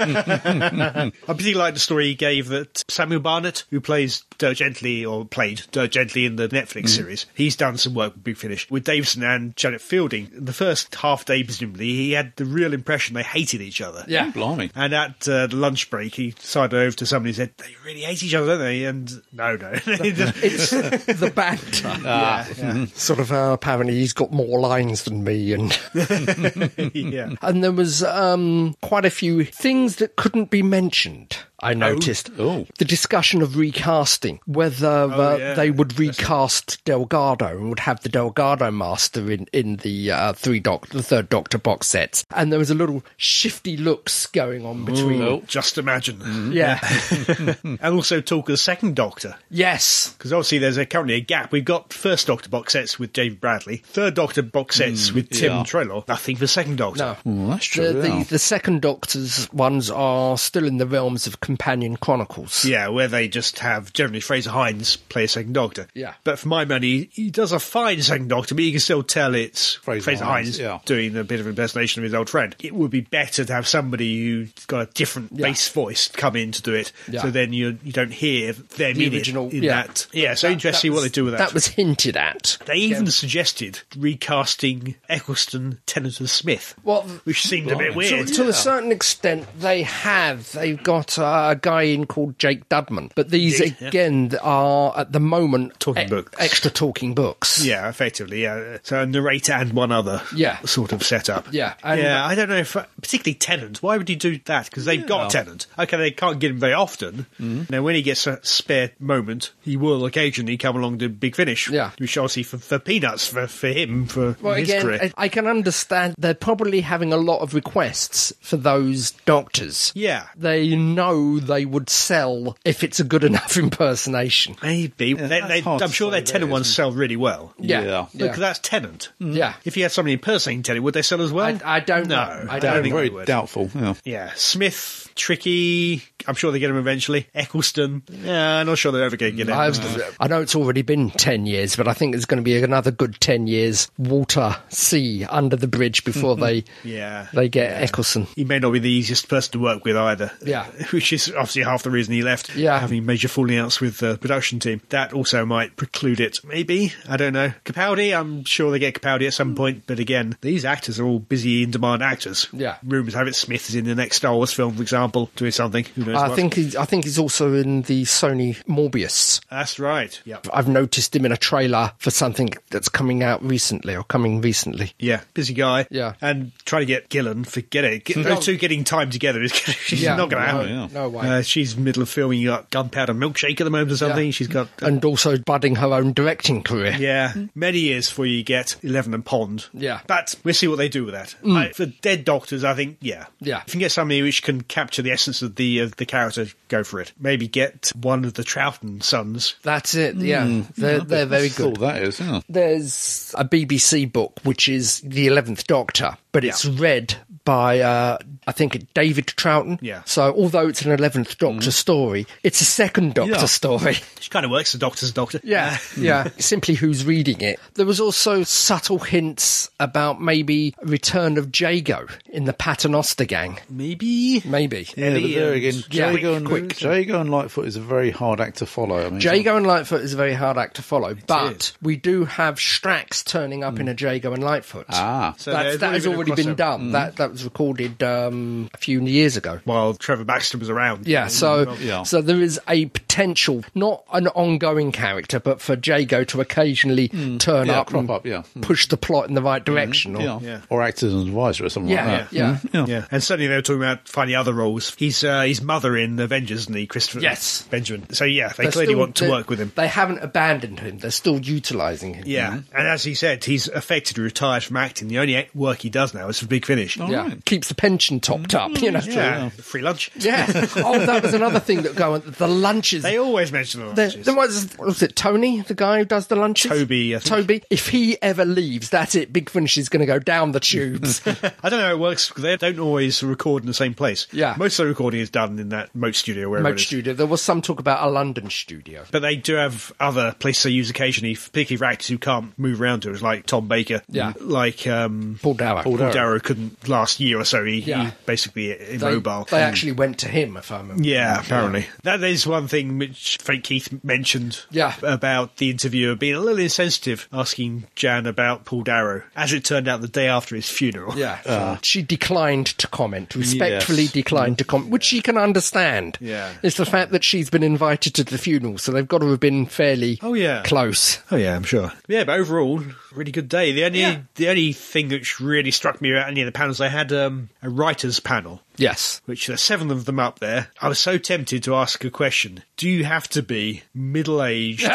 A: I particularly like the story he gave that Samuel Barnett, who plays Dirk Gently or played Dirk Gently in the Netflix
C: Mm.
A: series, he's done some work with Big Finish with Davison and Janet Fielding. The first half day, presumably, he had the real impression they hated each other.
C: yeah.
D: Oh, Blimey.
A: And at uh, the lunch break, he sidled over to somebody and said, They really hate each other, don't they? And no, no.
C: It's the banter. Sort of, uh, apparently, he's got more lines than me, and
A: yeah.
C: and there was um, quite a few things that couldn't be mentioned. I noticed
D: Oh.
C: the discussion of recasting, whether uh,
A: Oh, yeah,
C: they would recast Delgado and would have the Delgado Master in in the uh, three doc, the third Doctor box sets, and there was a little shifty looks going on between.
A: Oh. Just imagine.
C: Mm-hmm. Yeah.
A: And also talk of the second Doctor.
C: yes.
A: Because obviously there's a, currently a gap. We've got first Doctor box sets with David Bradley, third Doctor box sets with Tim
D: yeah.
A: Trelaw, nothing for second Doctor.
C: Mm, No.
D: Well, that's true.
C: The,
D: yeah.
C: the, the second Doctor's ones are still in the realms of companion chronicles.
A: Yeah, where they just have generally Fraser Hines play a second Doctor.
C: Yeah.
A: But for my money, he does a fine second Doctor, but you can still tell it's Fraser,
D: Fraser
A: Hines,
D: Hines, yeah.
A: doing a bit of impersonation of his old friend. It would be better to have somebody who's got a different
C: Yeah.
A: bass voice come in to do it,
C: Yeah.
A: so then you you don't hear their
C: The
A: meaning
C: original-
A: in
C: yeah.
A: that. Yeah, so
C: That-
A: interesting
C: that
A: what
C: was-
A: they do with that.
C: That was hinted at.
A: they even suggested recasting Eccleston, Tennant, and Smith,
C: Well,
A: which seemed a bit weird.
C: To, to a certain extent, they have. They've got uh, a guy in called Jake Dudman, but these
A: Indeed, yeah.
C: again are at the moment e-
A: Talking books.
C: extra talking books.
A: Yeah, effectively, yeah. So a narrator and one other,
C: Yeah.
A: sort of setup.
C: Yeah, and-
A: yeah. I don't know if uh, particularly Tennant. Why would you do that? Because they've got Tennant. Okay, they can't get him very often.
C: Mm-hmm.
A: Now, when he gets a spare moment, he will occasionally come along to Big Finish.
C: Yeah.
A: which obviously for, for peanuts for for him for
C: Well,
A: his
C: again,
A: career.
C: I, I can understand they're probably having a lot of requests for those doctors.
A: yeah,
C: They know know they would sell if it's a good enough impersonation.
A: Maybe. they,
D: that's
A: they,
D: hard
A: I'm
D: to
A: sure
D: say
A: their Tenant
D: there,
A: ones sell really well.
C: Yeah.
D: Yeah.
A: Look, that's Tenant.
C: Yeah.
A: If you had somebody impersonating Tenant, would they sell as well?
C: I, I don't
A: No,
C: know. I
A: I
C: don't
A: don't
C: know.
A: think-
D: Very
A: word.
D: doubtful. Yeah.
A: Yeah, Smith, Tricky. I'm sure they get him eventually. Eccleston. Yeah, I'm not sure they're ever going to get him.
C: I've, I know it's already been 10 years, but I think there's going to be another good 10 years water, sea, under the bridge before they
A: Yeah.
C: they get Eccleston.
A: he may not be the easiest person to work with either.
C: Yeah.
A: Which is obviously half the reason he left.
C: Yeah.
A: Having major falling outs with the production team. That also might preclude it. Maybe. I don't know. Capaldi, I'm sure they get Capaldi at some point. But again, these actors are all busy in demand actors.
C: Yeah.
A: Rumours have it Smith is in the next Star Wars film, for example, doing something. Who knows
C: I
A: what.
C: think he's, I think he's also in the Sony Morbius.
A: That's right. Yeah.
C: I've noticed him in a trailer for something that's coming out recently or coming recently.
A: Yeah, busy guy.
C: Yeah.
A: and trying to get Gillen, forget it. Get, those two getting time together is she's
C: Yeah.
A: not going to
C: No,
A: happen.
C: yeah. no way.
A: Uh, she's middle of filming. You got Gunpowder Milkshake at the moment or something.
C: Yeah.
A: She's got uh,
C: And also budding her own directing career.
A: yeah, many years before you get Eleven and Pond.
C: Yeah. Mm.
A: But we'll see what they do with that. I- for Dead Doctors, I think, yeah.
C: Yeah.
A: If you can get somebody which can capture the essence of the of the character, go for it. Maybe get one of the Troughton sons.
C: That's it. Yeah,
A: Hmm.
C: they're they're very
D: That's all
C: good.
D: that is, yeah.
C: There's a BBC book which is the Eleventh Doctor, but it's read by uh, I think David Troughton.
A: Yeah.
C: So although it's an Eleventh Doctor story, it's a Second Doctor
D: Mm. Yeah.
C: story.
A: She kind of works the Doctor's Doctor. Uh,
C: Yeah, yeah. Simply who's reading it. There was also subtle hints about maybe Return of Jago in the Paternoster Gang.
A: Maybe.
C: Maybe.
D: Yeah, but
A: um,
D: there again,
C: Yeah.
D: Jago and,
C: Quick.
D: Jago and Lightfoot is a very hard act to follow. I mean,
C: Jago and Lightfoot is a very hard act to follow, but we do have Strax turning up in a Jago and Lightfoot.
D: Ah,
A: So
C: That's,
A: there's
C: that has
A: already
C: already
A: a
C: been
A: crossover. Mm.
C: done. That that was recorded um, a few years ago.
A: While Trevor Baxter was around.
C: Yeah, so
D: Yeah.
C: so there is a potential, not an ongoing character, but for Jago to occasionally
A: Mm.
C: turn
D: Yeah,
C: up
D: crop
C: and
D: up, yeah. Mm.
C: push the plot in the right direction. or-
D: yeah.
A: Mm-hmm. Yeah.
D: or actors and advisor or something
C: Yeah,
D: like that.
C: yeah.
D: Mhm.
A: Yeah, and certainly they were talking about finding other roles. He's uh, his mother in Avengers, isn't he, Christopher?
C: Yes.
A: Benjamin. So yeah, they
C: They're
A: clearly
C: still-
A: want to
C: they-
A: work with him.
C: They haven't abandoned him. They're still utilising him.
A: Yeah, and as he said, he's effectively retired from acting. The only act- work he does now is for Big Finish.
C: yeah.
D: right.
C: Keeps the pension topped up, you know.
A: Mm, yeah. free lunch.
C: Yeah. oh, that was another thing that go on. The lunches.
A: They always mention the
C: The,
A: lunches.
C: the was, was it Tony, the guy who does the lunches?
A: Toby, I think.
C: Toby. If he ever leaves, that's it. Big Finish is going to go down the tubes.
A: I don't know how it works. 'cause They don't always record in the same place.
C: Yeah.
A: most of the recording is done in that moat studio wherever
C: Moat
A: it is.
C: studio. There was some talk about a London studio.
A: But they do have other places they use occasionally, particularly for actors who can't move around to it, like Tom Baker.
C: Yeah.
A: Like um,
C: Paul Darrow.
A: Paul Darrow. couldn't last year or so. He, he
C: Yeah.
A: basically
C: They,
A: immobile. Mm.
C: they actually went to him, if I remember.
A: yeah, apparently. That is one thing which Frank Keith mentioned
C: Yeah.
A: about the interviewer being a little insensitive asking Jan about Paul Darrow, as it turned out the day after his funeral.
C: Yeah.
A: Uh,
C: she declined to comment, respectfully
D: Yes.
C: declined to comment, which she can understand.
A: Yeah.
C: It's the fact that she's been invited to the funeral, so they've got to have been fairly
A: Oh, yeah.
C: close.
A: Oh yeah, I'm sure. Yeah, but overall, really good day. The only
C: Yeah.
A: the only thing which really struck me about any of the panels, they had um, a writers panel
C: Yes.
A: which there's seven of them up there. I was so tempted to ask a question. Do you have to be middle aged,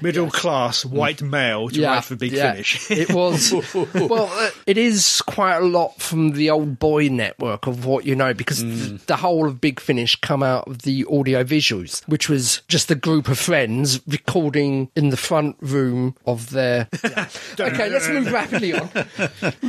A: middle class, white male to write for Big
C: yeah.
A: Finish?
C: it was. well, uh, it is quite a lot from the old boy network of what you know, because th-
A: Mm.
C: the whole of Big Finish come out of the audio visuals, which was just a group of friends recording in the front room of their. okay, let's move rapidly on.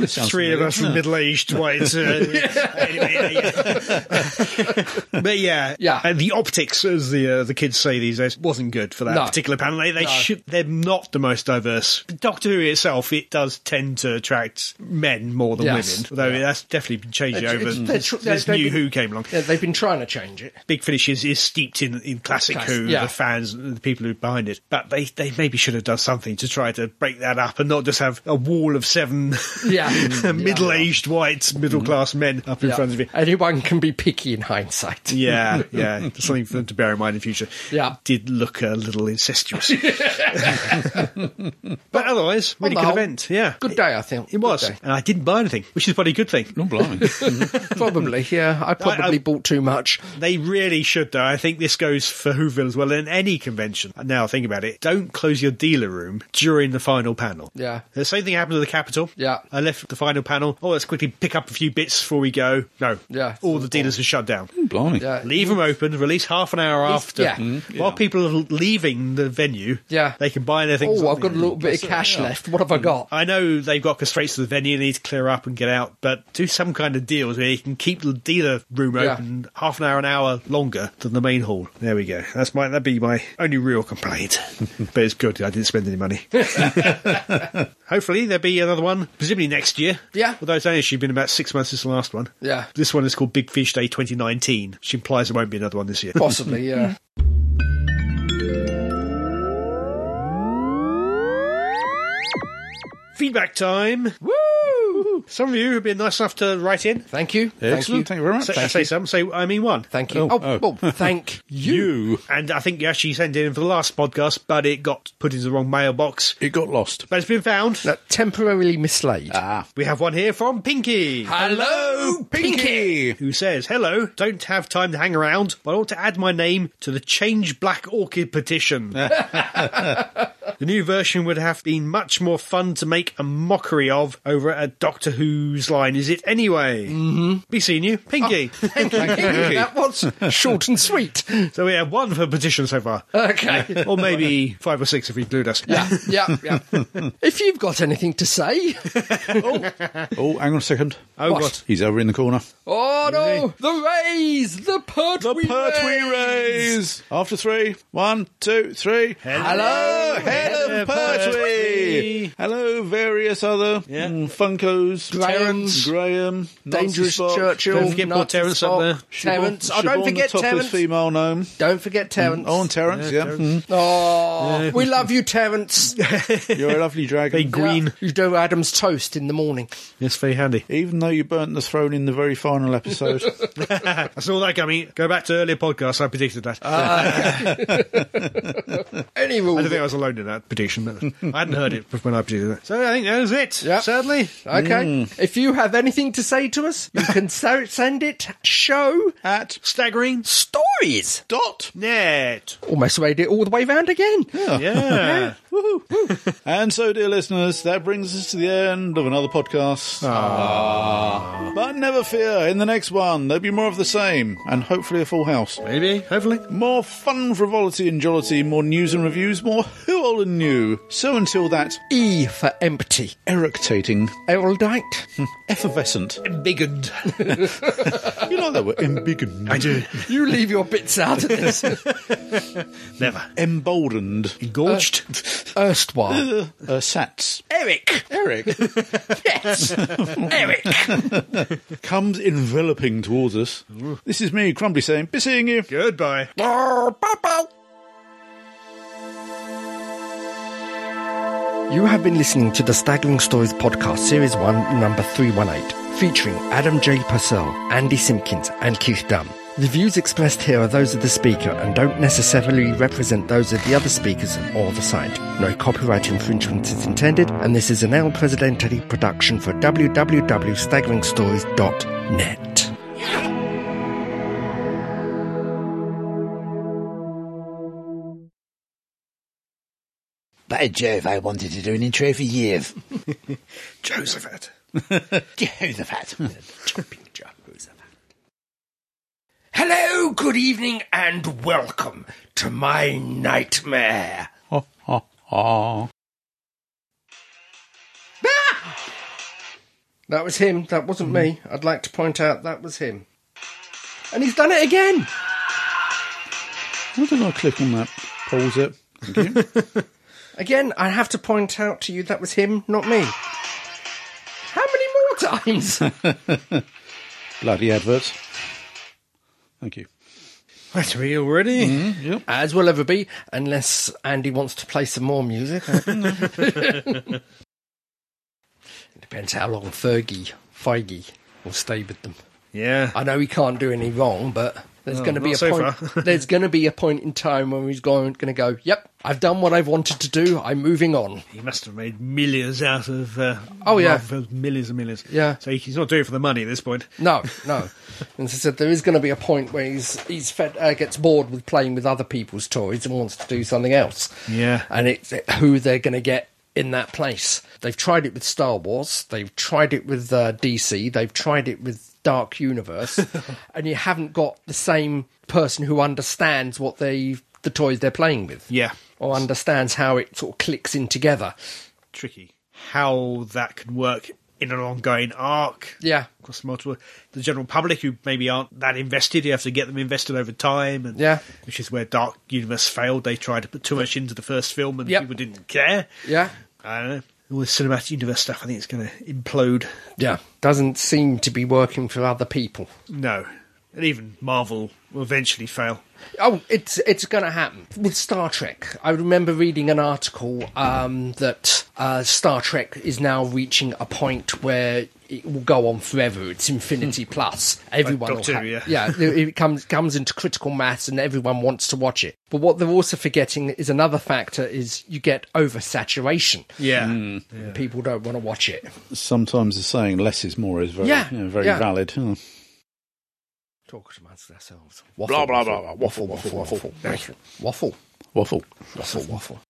A: Three of us from middle aged white. Uh, anyway, yeah, yeah. but yeah,
C: Yeah.
A: And the optics, as the uh, the kids say these days, wasn't good for that
C: No.
A: particular panel. They, they should. They're not the most diverse. Doctor Who itself, it does tend to attract men more than
C: Yes.
A: women, although that's definitely been changing
C: It's-
A: over
C: it's- they're
A: since
C: tr-
A: since
C: they're-
A: New
C: they're-
A: Who came along.
C: Yeah, they've been trying to change it.
A: Big Finish is, is steeped in, in classic
C: Class-
A: Who,
C: yeah.
A: the fans, and the people who are behind it. But they, they maybe should have done something to try to break that up and not just have a wall of seven
C: Yeah.
A: middle aged white middle class men up in
C: Yeah.
A: front of you.
C: Anyone can be picky in hindsight.
A: Yeah, yeah. Something for them to bear in mind in future.
C: Yeah.
A: Did look a little incestuous. But otherwise, really
C: the
A: good
C: whole,
A: event. Yeah.
C: Good day, I think.
A: It was.
C: Good day.
A: And I didn't buy anything, which is probably a good thing.
D: Oh, blimey.
C: Probably, yeah. I probably bought too much.
A: They really should, though. I think this goes for Whoville as well in any convention. Now, think about it. Don't close your dealer room during the final panel.
C: Yeah.
A: The same thing happened to the Capitol.
C: Yeah.
A: I left the final panel. Oh, let's quickly pick up a few bits before we go. No.
C: Yeah.
A: All the dealers are shut down.
D: blimey.
C: Yeah.
A: Leave them open, release half an hour
C: Least-
A: after.
C: yeah. Mm,
A: While people are leaving the venue,
C: Yeah.
A: they can buy their things.
C: Oh,
A: on
C: I've
A: the-
C: got a little bit of cash left. What have
A: Mm.
C: I got?
A: I know they've got constraints to the venue, they need to clear up and get out, but do some kind of deals where you can keep the dealer room
C: Yeah.
A: open half an hour, an hour longer than the main hall. There we go. That's my that'd be my only real complaint. but it's good I didn't spend any money. Hopefully there'll be another one, presumably next year.
C: Yeah.
A: Although it's only actually been about six months since the last one.
C: Yeah.
A: This one is called Big Fish Day 2019, which implies there won't be another one this year.
C: Possibly, yeah.
A: Feedback time.
C: Woo!
A: Some of you have been nice enough to write in.
C: Thank you.
D: Excellent. Thank you very much.
A: Say, say some, say I mean one.
C: Thank you.
D: Oh,
C: Oh,
D: oh.
C: well, thank you.
D: you.
A: And I think you actually sent it in for the last podcast, but it got put into the wrong mailbox.
D: It got lost.
A: But it's been found.
C: No, temporarily mislaid.
A: We have one here from Pinky,
C: Uh, Hello,
D: Pinky!
A: who says, Hello, don't have time to hang around, but I want to add my name to the Change Black Orchid petition. the new version would have been much more fun to make a mockery of over at Doctor Who's line, is it anyway? Mm-hmm. Be seeing you, Pinky.
C: Oh. that was short and sweet.
A: so we have one for petition so far.
C: Okay.
A: or maybe five or six if we include us.
C: Yeah, yeah, yeah. If you've got anything to say,
D: Oh, hang on a second.
A: Oh,
C: What?
A: God.
D: He's over in the corner.
C: oh no, the raise, the pert, the we
D: Pert we
C: raise.
D: raise. After three. One, two, three. Hello, head of Pertwee. Hello, various other mm, Funkos.
C: Terence.
D: Graham. Nancy
C: Dangerous
D: Spock,
C: Churchill.
A: Don't forget poor
C: Nazi
A: Terence up
C: Spock,
A: there.
C: Terence.
D: Siobhan-
C: Oh,
D: Siobhan
C: don't
D: the
C: forget
D: topless
C: Terence.
D: female gnome.
C: Don't forget Terence.
D: Oh, and Terence, yeah. Mm.
C: Oh, we love you, Terence.
D: You're a lovely dragon.
A: Big green.
C: Yeah. You do Adam's toast in the morning.
A: It's very handy.
D: Even though you burnt the throne in the very final episode.
A: I saw that coming. Go back to earlier podcasts. I predicted that.
C: Uh, Any rule.
A: I don't think I was alone in that prediction. but I hadn't heard it when I predicted that. So I think that was it.
C: Yep.
A: Sadly.
C: Okay.
A: Hmm.
C: If you have anything to say to us, you can so- send it show
D: At
A: Staggering
C: stories.
D: dot.
A: net.
C: Almost made it all the way round again.
A: Yeah.
D: And so, dear listeners, that brings us to the end of another podcast.
A: Ah.
D: Ah. But never fear, in the next one, there'll be more of the same, and hopefully a full house.
A: Maybe. Hopefully.
D: More fun, frivolity, and jollity, more news and reviews, more who old and new. So until that,
C: E for empty.
D: eructating,
C: Erudite.
D: effervescent.
A: Embiggened.
D: You know that word, embiggened.
A: I do.
C: You leave your bits out of this.
A: Never.
D: Emboldened.
A: Engorged.
C: Erstwhile.
D: Uh, uh, sats.
C: Eric.
D: Eric
C: Yes. Eric.
D: comes enveloping towards us. This is me, Crumbly, saying, be seeing you.
A: Goodbye.
C: You have been listening to the Staggering Stories podcast, series one, number 318, featuring Adam J. Purcell, Andy Simpkins, and Keith Dunn. The views expressed here are those of the speaker and don't necessarily represent those of the other speakers or the site. No copyright infringement is intended, and this is an El Presidente production for www.staggeringstories.net.
F: By Jove, I wanted to do an intro for years.
A: Josephat.
F: Jehoshaphat.
C: Hello, good evening, and welcome to my nightmare.
D: Ha, ha, ha.
C: That was him. That wasn't me. I'd like to point out that was him. And he's done it again.
D: Why did I click on that? Pause it. Thank you.
C: Again, I have to point out to you that was him, not me. How many more times?
D: Bloody adverts. Thank you.
A: Right, are we all ready?
C: Mm-hmm. As will ever be, unless Andy wants to play some more music. it depends how long Fergie, Feige, will stay with them.
A: Yeah.
C: I know he can't do any wrong, but There's going to be a
A: not so
C: point. there's going to be a point in time when he's going, going to go. Yep, I've done what I've wanted to do. I'm moving on.
A: He must have made millions out of. Uh,
C: Oh, yeah.
A: Marvel, millions and millions.
C: Yeah.
A: So he- he's not doing it for the money at this point.
C: No, no. and so said there is going to be a point where he's he's fed, uh, gets bored with playing with other people's toys and wants to do something else.
A: Yeah.
C: and it's who they're going to get in that place. They've tried it with Star Wars. They've tried it with uh, DC. They've tried it with Dark Universe, and you haven't got the same person who understands what they the toys they're playing with.
A: Yeah.
C: or understands how it sort of clicks in together.
A: Tricky. How that can work in an ongoing arc.
C: Yeah.
A: Across multiple. The general public who maybe aren't that invested, you have to get them invested over time. And,
C: Yeah.
A: Which is where Dark Universe failed. They tried to put too much into the first film and
C: Yep.
A: people didn't care.
C: Yeah.
A: I don't know. All this cinematic universe stuff, I think it's going to implode.
C: Yeah. Doesn't seem to be working for other people.
A: No. And even Marvel will eventually fail.
C: Oh, it's it's going to happen with Star Trek. I remember reading an article um, that uh, Star Trek is now reaching a point where it will go on forever. It's infinity plus. Everyone, will
A: Hmm. Doctor Who, yeah.
C: yeah, it it comes comes into critical mass, and everyone wants to watch it. But what they're also forgetting is another factor is you get oversaturation.
A: Yeah.
C: Hmm. People don't want to watch it.
D: Sometimes the saying "less is more" is very,
C: Yeah,
D: you know, very
C: yeah.
D: valid. Hmm.
C: Talk amongst ourselves.
D: Blah, blah, blah, blah. Waffle, waffle, waffle.
C: waffle, waffle, waffle,
D: Waffle.
C: waffle, waffle.